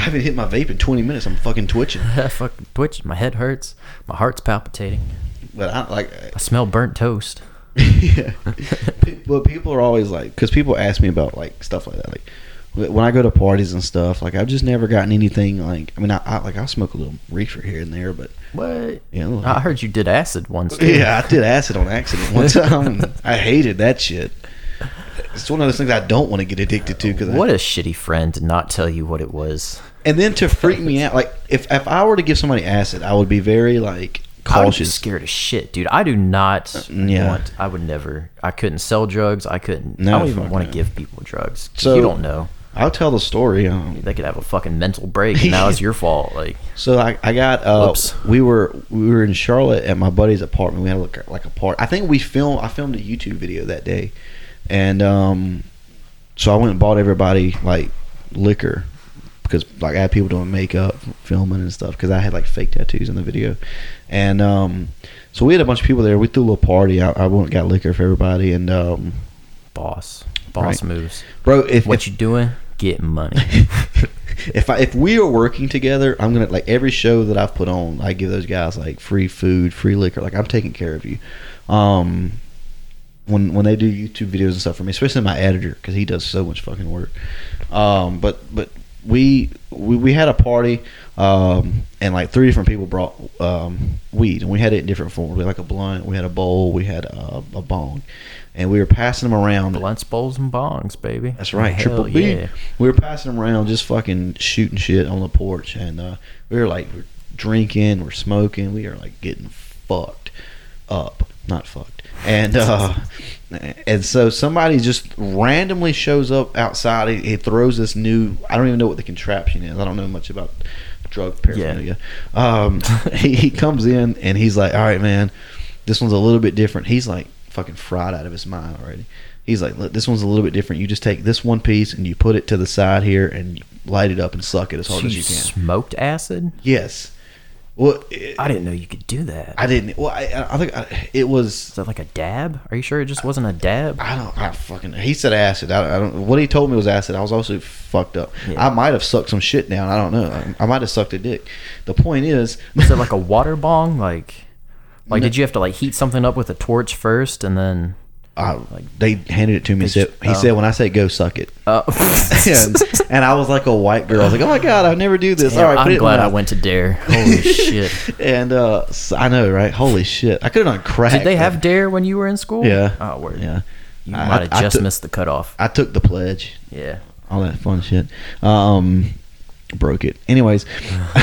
C: haven't hit my vape in 20 minutes. I'm fucking twitching.
B: fucking twitch. My head hurts. My heart's palpitating.
C: But I like, (laughs)
B: I smell burnt toast.
C: yeah. Pe- But people are always like, because people ask me about like stuff like that. Like wh- when I go to parties and stuff, like I've just never gotten anything. Like I mean, I, I like I smoke a little reefer here and there, but
B: What?
C: you know, like-
B: I heard you did acid once. Too.
C: (laughs) Yeah, I did acid on accident
B: (laughs)
C: one time. I hated that shit. It's one of those things I don't want to get addicted to. Cause I-
B: What a shitty friend to not tell you what it was.
C: and then to freak me out, like if if I were to give somebody acid, I would be very like
B: I would be
C: cautious. Uh,
B: scared of shit, dude. I do not
C: yeah.
B: want. I would never. I couldn't sell drugs. I couldn't.
C: No,
B: I don't even
C: fuck
B: want
C: no.
B: to give people drugs. 'cause
C: So-
B: you don't know.
C: I'll tell the story. Um,
B: They could have a fucking mental break,
C: (laughs)
B: and now it's your fault. Like,
C: So I, I got uh,
B: Whoops.
C: we were we were in Charlotte at my buddy's apartment. We had like, like a part. I think we filmed I filmed a YouTube video that day, and um, so I went and bought everybody like liquor because like I had people doing makeup, filming and stuff because I had like fake tattoos in the video, and um, so we had a bunch of people there. We threw a little party. I, I went and got liquor for everybody, and um,
B: boss, boss
C: Right.
B: moves.
C: bro, if
B: What you doing? Getting money.
C: (laughs) if I, if we are working together, I'm gonna like every show that I've put on, I give those guys like free food, free liquor. Like I'm taking care of you. Um, when when they do YouTube videos and stuff for me, especially my editor because he does so much fucking work. Um, but but we we, we had a party um, and like three different people brought um, weed and we had it in different forms. We had like a blunt, we had a bowl, we had a, a bong, and we were passing them around.
B: Blunts, bowls, and bongs, baby.
C: That's right,
B: Hell
C: Triple B.
B: yeah.
C: We were passing them around, just fucking shooting shit on the porch, and uh, we were like we're drinking, we're smoking, we are like getting fucked up, not fucked, and uh, (laughs) and so somebody just randomly shows up outside. He, he throws this new. I don't even know what the contraption is. I don't know much about drug paraphernalia. Um, (laughs) he, he comes in and he's like, "All right, man, this one's a little bit different." He's like fucking fried out of his mind already. He's like, "Look, this one's a little bit different. You just take this one piece and you put it to the side here and you light it up and suck it as hard
B: you,
C: as you can."
B: smoked acid?
C: Yes. Well, it,
B: I didn't know you could do that.
C: I didn't. Well, I, I think I, it was.
B: Is that like a dab? Are you sure it just wasn't a dab?
C: I don't. I fucking. He said acid. I, I don't. What he told me was acid. I was also fucked up.
B: Yeah.
C: I might have sucked some shit down. I don't know. I, I might have sucked a dick. The point is,
B: Is it like a water bong? Like, like did you have to like heat something up with a torch first and then?
C: (laughs) I, they handed it to me. and Said, he
B: oh.
C: said, "When I say go, suck it."
B: Uh,
C: (laughs) and, and I was like a white girl. I was like, "Oh my god, I never do this." All right, put it
B: I'm
C: in
B: glad
C: my
B: I
C: mouth.
B: went to Dare.
C: (laughs)
B: Holy shit!
C: And uh, so- I know, right? Holy shit! I could have done crack.
B: Did they
C: but-
B: have Dare when you were in school?
C: Yeah.
B: Oh, word.
C: Yeah.
B: You
C: I-
B: might have
C: I
B: just
C: took-
B: missed the cutoff.
C: I took the pledge.
B: Yeah.
C: all that fun shit. Um, broke it.
B: (laughs)
C: Anyways, (laughs)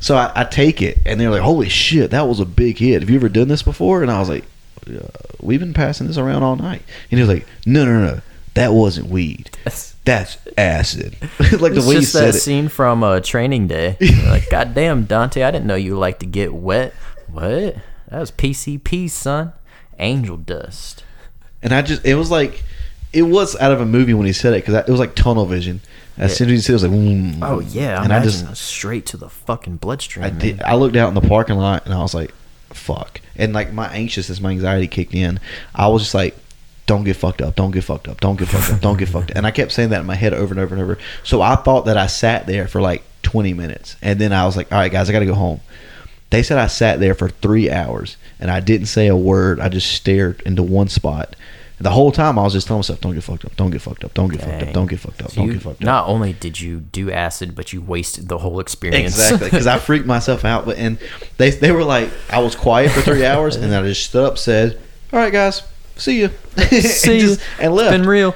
C: so I, I take it, and they're like, "Holy shit, that was a big hit. Have you ever done this before?" And I was like, uh, "We've been passing this around all night." And he was like, "No, no, no, that wasn't weed.
B: That's-
C: That's acid." (laughs) (laughs) like the
B: it's
C: way you
B: just that
C: said it.
B: scene from uh, Training
C: (laughs)
B: Day. You're like, goddamn, Dante, I didn't know you like to get wet. What? That was PCP, son. Angel dust.
C: And I just, it was like, it was out of a movie when he said it because it was like tunnel vision. As soon as he said, it, it was like, mm.
B: Oh yeah, I
C: and I
B: imagine
C: just,
B: that's straight to the fucking bloodstream.
C: I
B: man.
C: did. I looked out in the parking lot and I was like, "Fuck!" And like my anxiousness, my anxiety kicked in. I was just like, "Don't get fucked up! Don't get fucked up! Don't get fucked up! Don't get fucked up!" And I kept saying that in my head over and over and over. So I thought that I sat there for like 20 minutes, and then I was like, "All right, guys, I got to go home." They said I sat there for three hours and I didn't say a word. I just stared into one spot. The whole time I was just telling myself, "Don't get fucked up! Don't get fucked up! Don't get fucked up!
B: Dang.
C: Don't get fucked up!
B: So
C: Don't
B: you-
C: get fucked up!"
B: Not only did you do acid, but you wasted the whole experience.
C: Exactly,
B: (laughs)
C: because I freaked myself out. But and they they were like, I was quiet for three hours, and then I just stood up, said, "All right, guys, see you," (laughs)
B: See,
C: and,
B: you.
C: just- and left,
B: It's been real.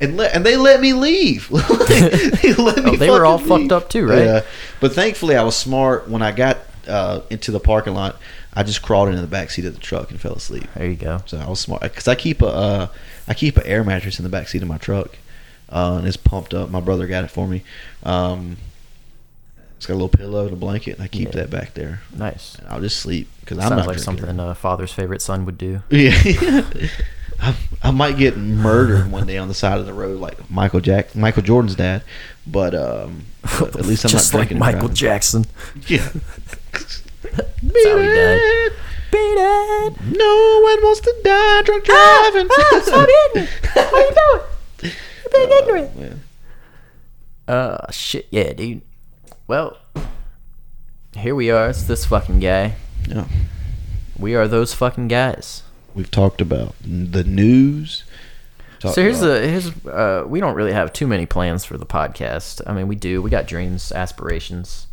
C: and le- and they let me leave. (laughs) Like, they let me
B: Oh, they were all
C: fucking
B: fucked
C: leave.
B: up too, right?
C: Yeah, but thankfully I was smart. When I got uh, into the parking lot, I just crawled into the back seat of the truck and fell asleep.
B: There you go.
C: So I was smart because I keep a uh, I keep an air mattress in the back seat of my truck, uh, and it's pumped up. My brother got it for me. Um, it's got a little pillow and a blanket, and I keep
B: Yeah.
C: that back there.
B: Nice.
C: And I'll just sleep because I'm
B: Sounds
C: not
B: like (laughs)
C: drinking.
B: something a father's favorite son would do.
C: Yeah, I, I might get murdered one day on the side of the road like Michael Jack Michael Jordan's dad, but um, but at least I'm
B: Just
C: not
B: like
C: drinking and
B: Michael
C: driving.
B: Jackson.
C: Yeah.
B: That's how he died. Beat it.
C: No one wants to die drunk
B: Ah,
C: driving.
B: stop
C: (laughs)
B: eating. What are you doing? You're being ignorant.
C: Oh, Man.
B: Uh, shit, yeah, dude. Well, here we are. It's this fucking guy.
C: Yeah.
B: We are those fucking guys.
C: We've talked about the news. Talked
B: So here's
C: about-
B: the here's uh we don't really have too many plans for the podcast. I mean, we do. We got dreams, aspirations.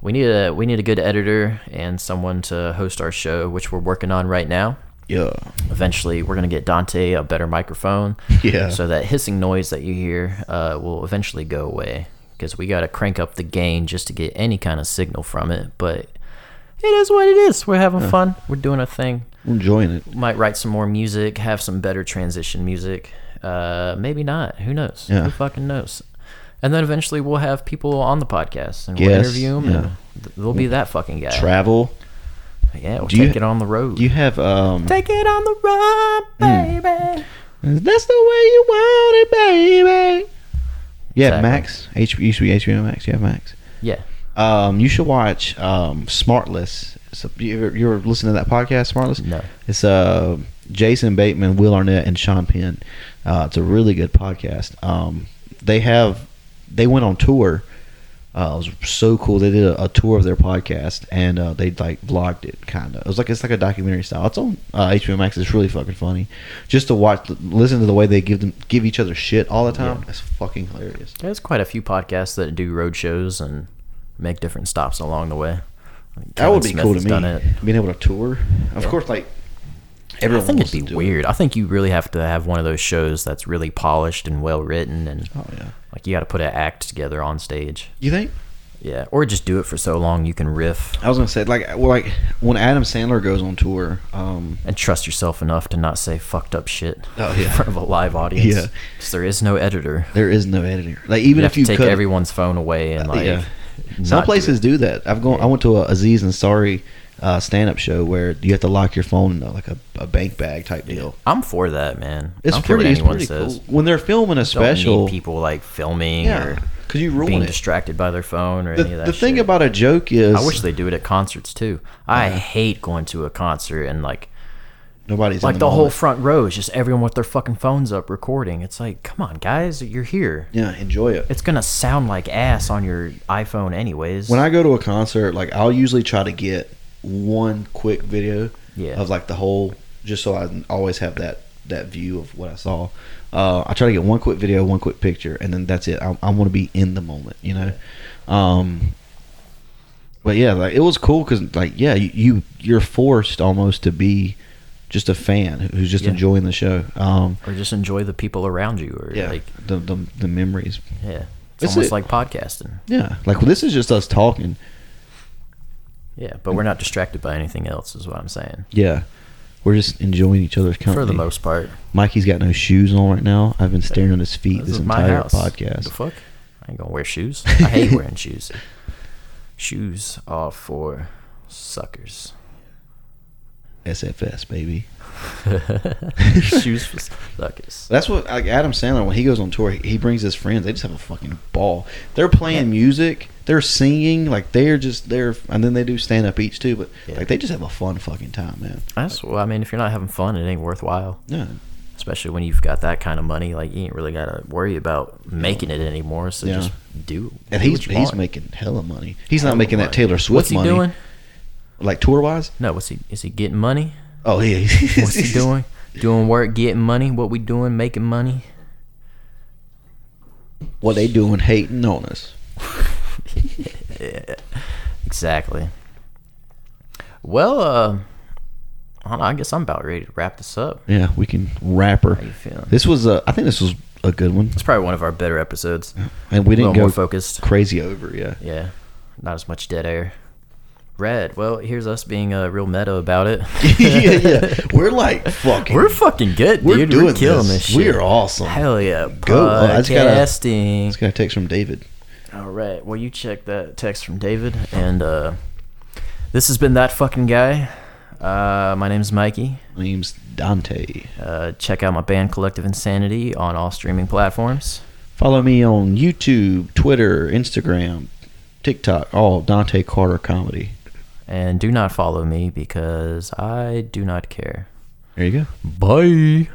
B: We need a we need a good editor and someone to host our show, which we're working on right now.
C: yeah.
B: Eventually, we're gonna get Dante a better microphone,
C: Yeah.
B: so that hissing noise that you hear uh, will eventually go away. Because we gotta crank up the gain just to get any kind of signal from it. But it is what it is. We're having fun. We're doing a thing
C: I'm enjoying it.
B: might write some more music, have some better transition music. Uh, maybe not. Who knows?
C: Yeah.
B: Who fucking knows? And then eventually we'll have people on the podcast and we'll
C: Yes,
B: interview them.
C: yeah.
B: And th- they'll be that fucking guy.
C: Travel.
B: yeah, we'll
C: Do you-
B: take it on the road.
C: Do you Hmm. have um?
B: take it on the road, baby.
C: That's the way you want it, baby. Yeah,
B: Exactly.
C: Max. H- used to be HBO Max. You have Max.
B: Yeah.
C: Um, you should watch um Smartless. So you ever, you ever listen to that podcast, Smartless?
B: No.
C: It's uh Jason Bateman, Will Arnett, and Sean Penn. Uh, it's a really good podcast. Um, they have they went on tour. Uh, it was so cool. They did a, a tour of their podcast and uh, they like vlogged it, kind of. It was like it's like a documentary style. It's on uh, HBO Max. It's really fucking funny. Just to watch, listen to the way they give them give each other shit all the time. That's fucking hilarious.
B: There's quite a few podcasts that do road shows and make different stops along the way. I think
C: That would
B: Kevin
C: be
B: Smith
C: cool to
B: has
C: me.
B: done it.
C: Being able to tour. Of course, like
B: I
C: everyone
B: think
C: wants
B: it'd
C: to
B: be
C: do
B: weird. I think you really have to have one of those shows that's really polished and well written and
C: It. Oh yeah.
B: Like you got to put an act together on stage.
C: You think?
B: Yeah, or just do it for so long you can riff
C: I was gonna say like well like when Adam Sandler goes on tour. Um,
B: and trust yourself enough to not say fucked up shit
C: Oh,
B: in
C: yeah.
B: front of a live audience.
C: Yeah.
B: 'Cause there is no editor.
C: there is no editing. Like even
B: you have
C: if you
B: to take
C: cut
B: everyone's phone away and like
C: yeah.
B: not
C: Some
B: do
C: places
B: it.
C: do, that. I've gone. I went to a Aziz Ansari uh, stand-up show where you have to lock your phone in a, like a, a bank bag type deal.
B: I'm for that, man. I
C: It's
B: don't care what
C: pretty. It's
B: anyone
C: pretty
B: says.
C: cool. When they're filming a
B: Don't
C: special,
B: need people like filming
C: yeah,
B: or
C: because you ruin
B: being
C: it.
B: distracted by their phone or
C: The,
B: any of that.
C: the thing
B: shit.
C: about a joke is
B: I wish they do it at concerts too. I hate going to a concert and like
C: nobody's in
B: like the, whole
C: moment.
B: front row is just everyone with their fucking phones up recording. It's like, come on, guys, you're here.
C: yeah enjoy it.
B: It's gonna sound like ass on your iPhone, anyways.
C: when I go to a concert, like I'll usually try to get one quick video
B: Yeah.
C: of like the whole, just so I always have that that view of what I saw. Uh, I try to get one quick video, one quick picture, and then that's it. I, I want to be in the moment, you know. Um, but yeah, like it was cool because like yeah, you, you you're forced almost to be just a fan who's just
B: Yeah.
C: enjoying the show. Um,
B: or just enjoy the people around you, or
C: yeah,
B: like,
C: the, the the memories.
B: yeah, it's
C: That's
B: almost
C: it.
B: like podcasting.
C: Yeah, like well, this is just us talking.
B: Yeah, but we're not distracted by anything else, is what I'm saying.
C: Yeah. We're just enjoying each other's company.
B: For the most part,
C: Mikey's got no shoes on right now. I've been staring at his feet
B: this,
C: this,
B: is my
C: entire
B: house. The
C: podcast.
B: fuck, I ain't gonna wear
C: (laughs)
B: shoes. I hate wearing shoes. Shoes are for
C: (laughs)
B: suckers.
C: SFS baby.
B: shoes for suckers.
C: That's what like Adam Sandler when he goes on tour, he, he brings his friends. They just have a fucking ball. They're playing music, they're singing, like they're just they're and then they do stand up each too. But
B: Yeah.
C: like they just have a fun fucking time, man.
B: That's well, I mean, if you're not having fun, it ain't worthwhile.
C: Yeah,
B: especially when you've got that kind of money like you ain't really got to worry about making it anymore so
C: Yeah.
B: just do
C: and
B: do
C: he's
B: what you
C: he's
B: want.
C: making hella money. He's not
B: Hella
C: making
B: money.
C: that Taylor Swift
B: what's he
C: money.
B: doing
C: Like tour wise.
B: no what's he is he getting money
C: Oh yeah.
B: what's
C: (laughs)
B: he doing doing work getting money what we doing making money
C: What they doing? Hating on us.
B: exactly well uh I, don't know, I guess i'm about ready to wrap this up
C: Yeah, we can wrap her.
B: you feeling?
C: This was a. I think this was a good one,
B: it's probably one of our better episodes
C: and we
B: a little
C: didn't
B: more
C: go
B: focused
C: (laughs) crazy over. Yeah,
B: yeah not as much dead air red well here's us being uh, real meta about
C: (laughs)
B: it
C: yeah, yeah. We're like fucking.
B: We're fucking good,
C: We're
B: dude.
C: doing
B: we're killing this.
C: this.
B: shit.
C: We are awesome.
B: Hell yeah.
C: Go. Oh, I just gotta-
B: Podcasting.
C: It's got a text from David.
B: All right. Well, you check that text from David. And uh, this has been That Fucking Guy. Uh, my name's Mikey.
C: Name's Dante.
B: Uh, check out my band Collective Insanity on all streaming platforms.
C: Follow me on YouTube, Twitter, Instagram, TikTok. All Dante Carter comedy.
B: And do not follow me because I do not care.
C: There you go.
B: Bye.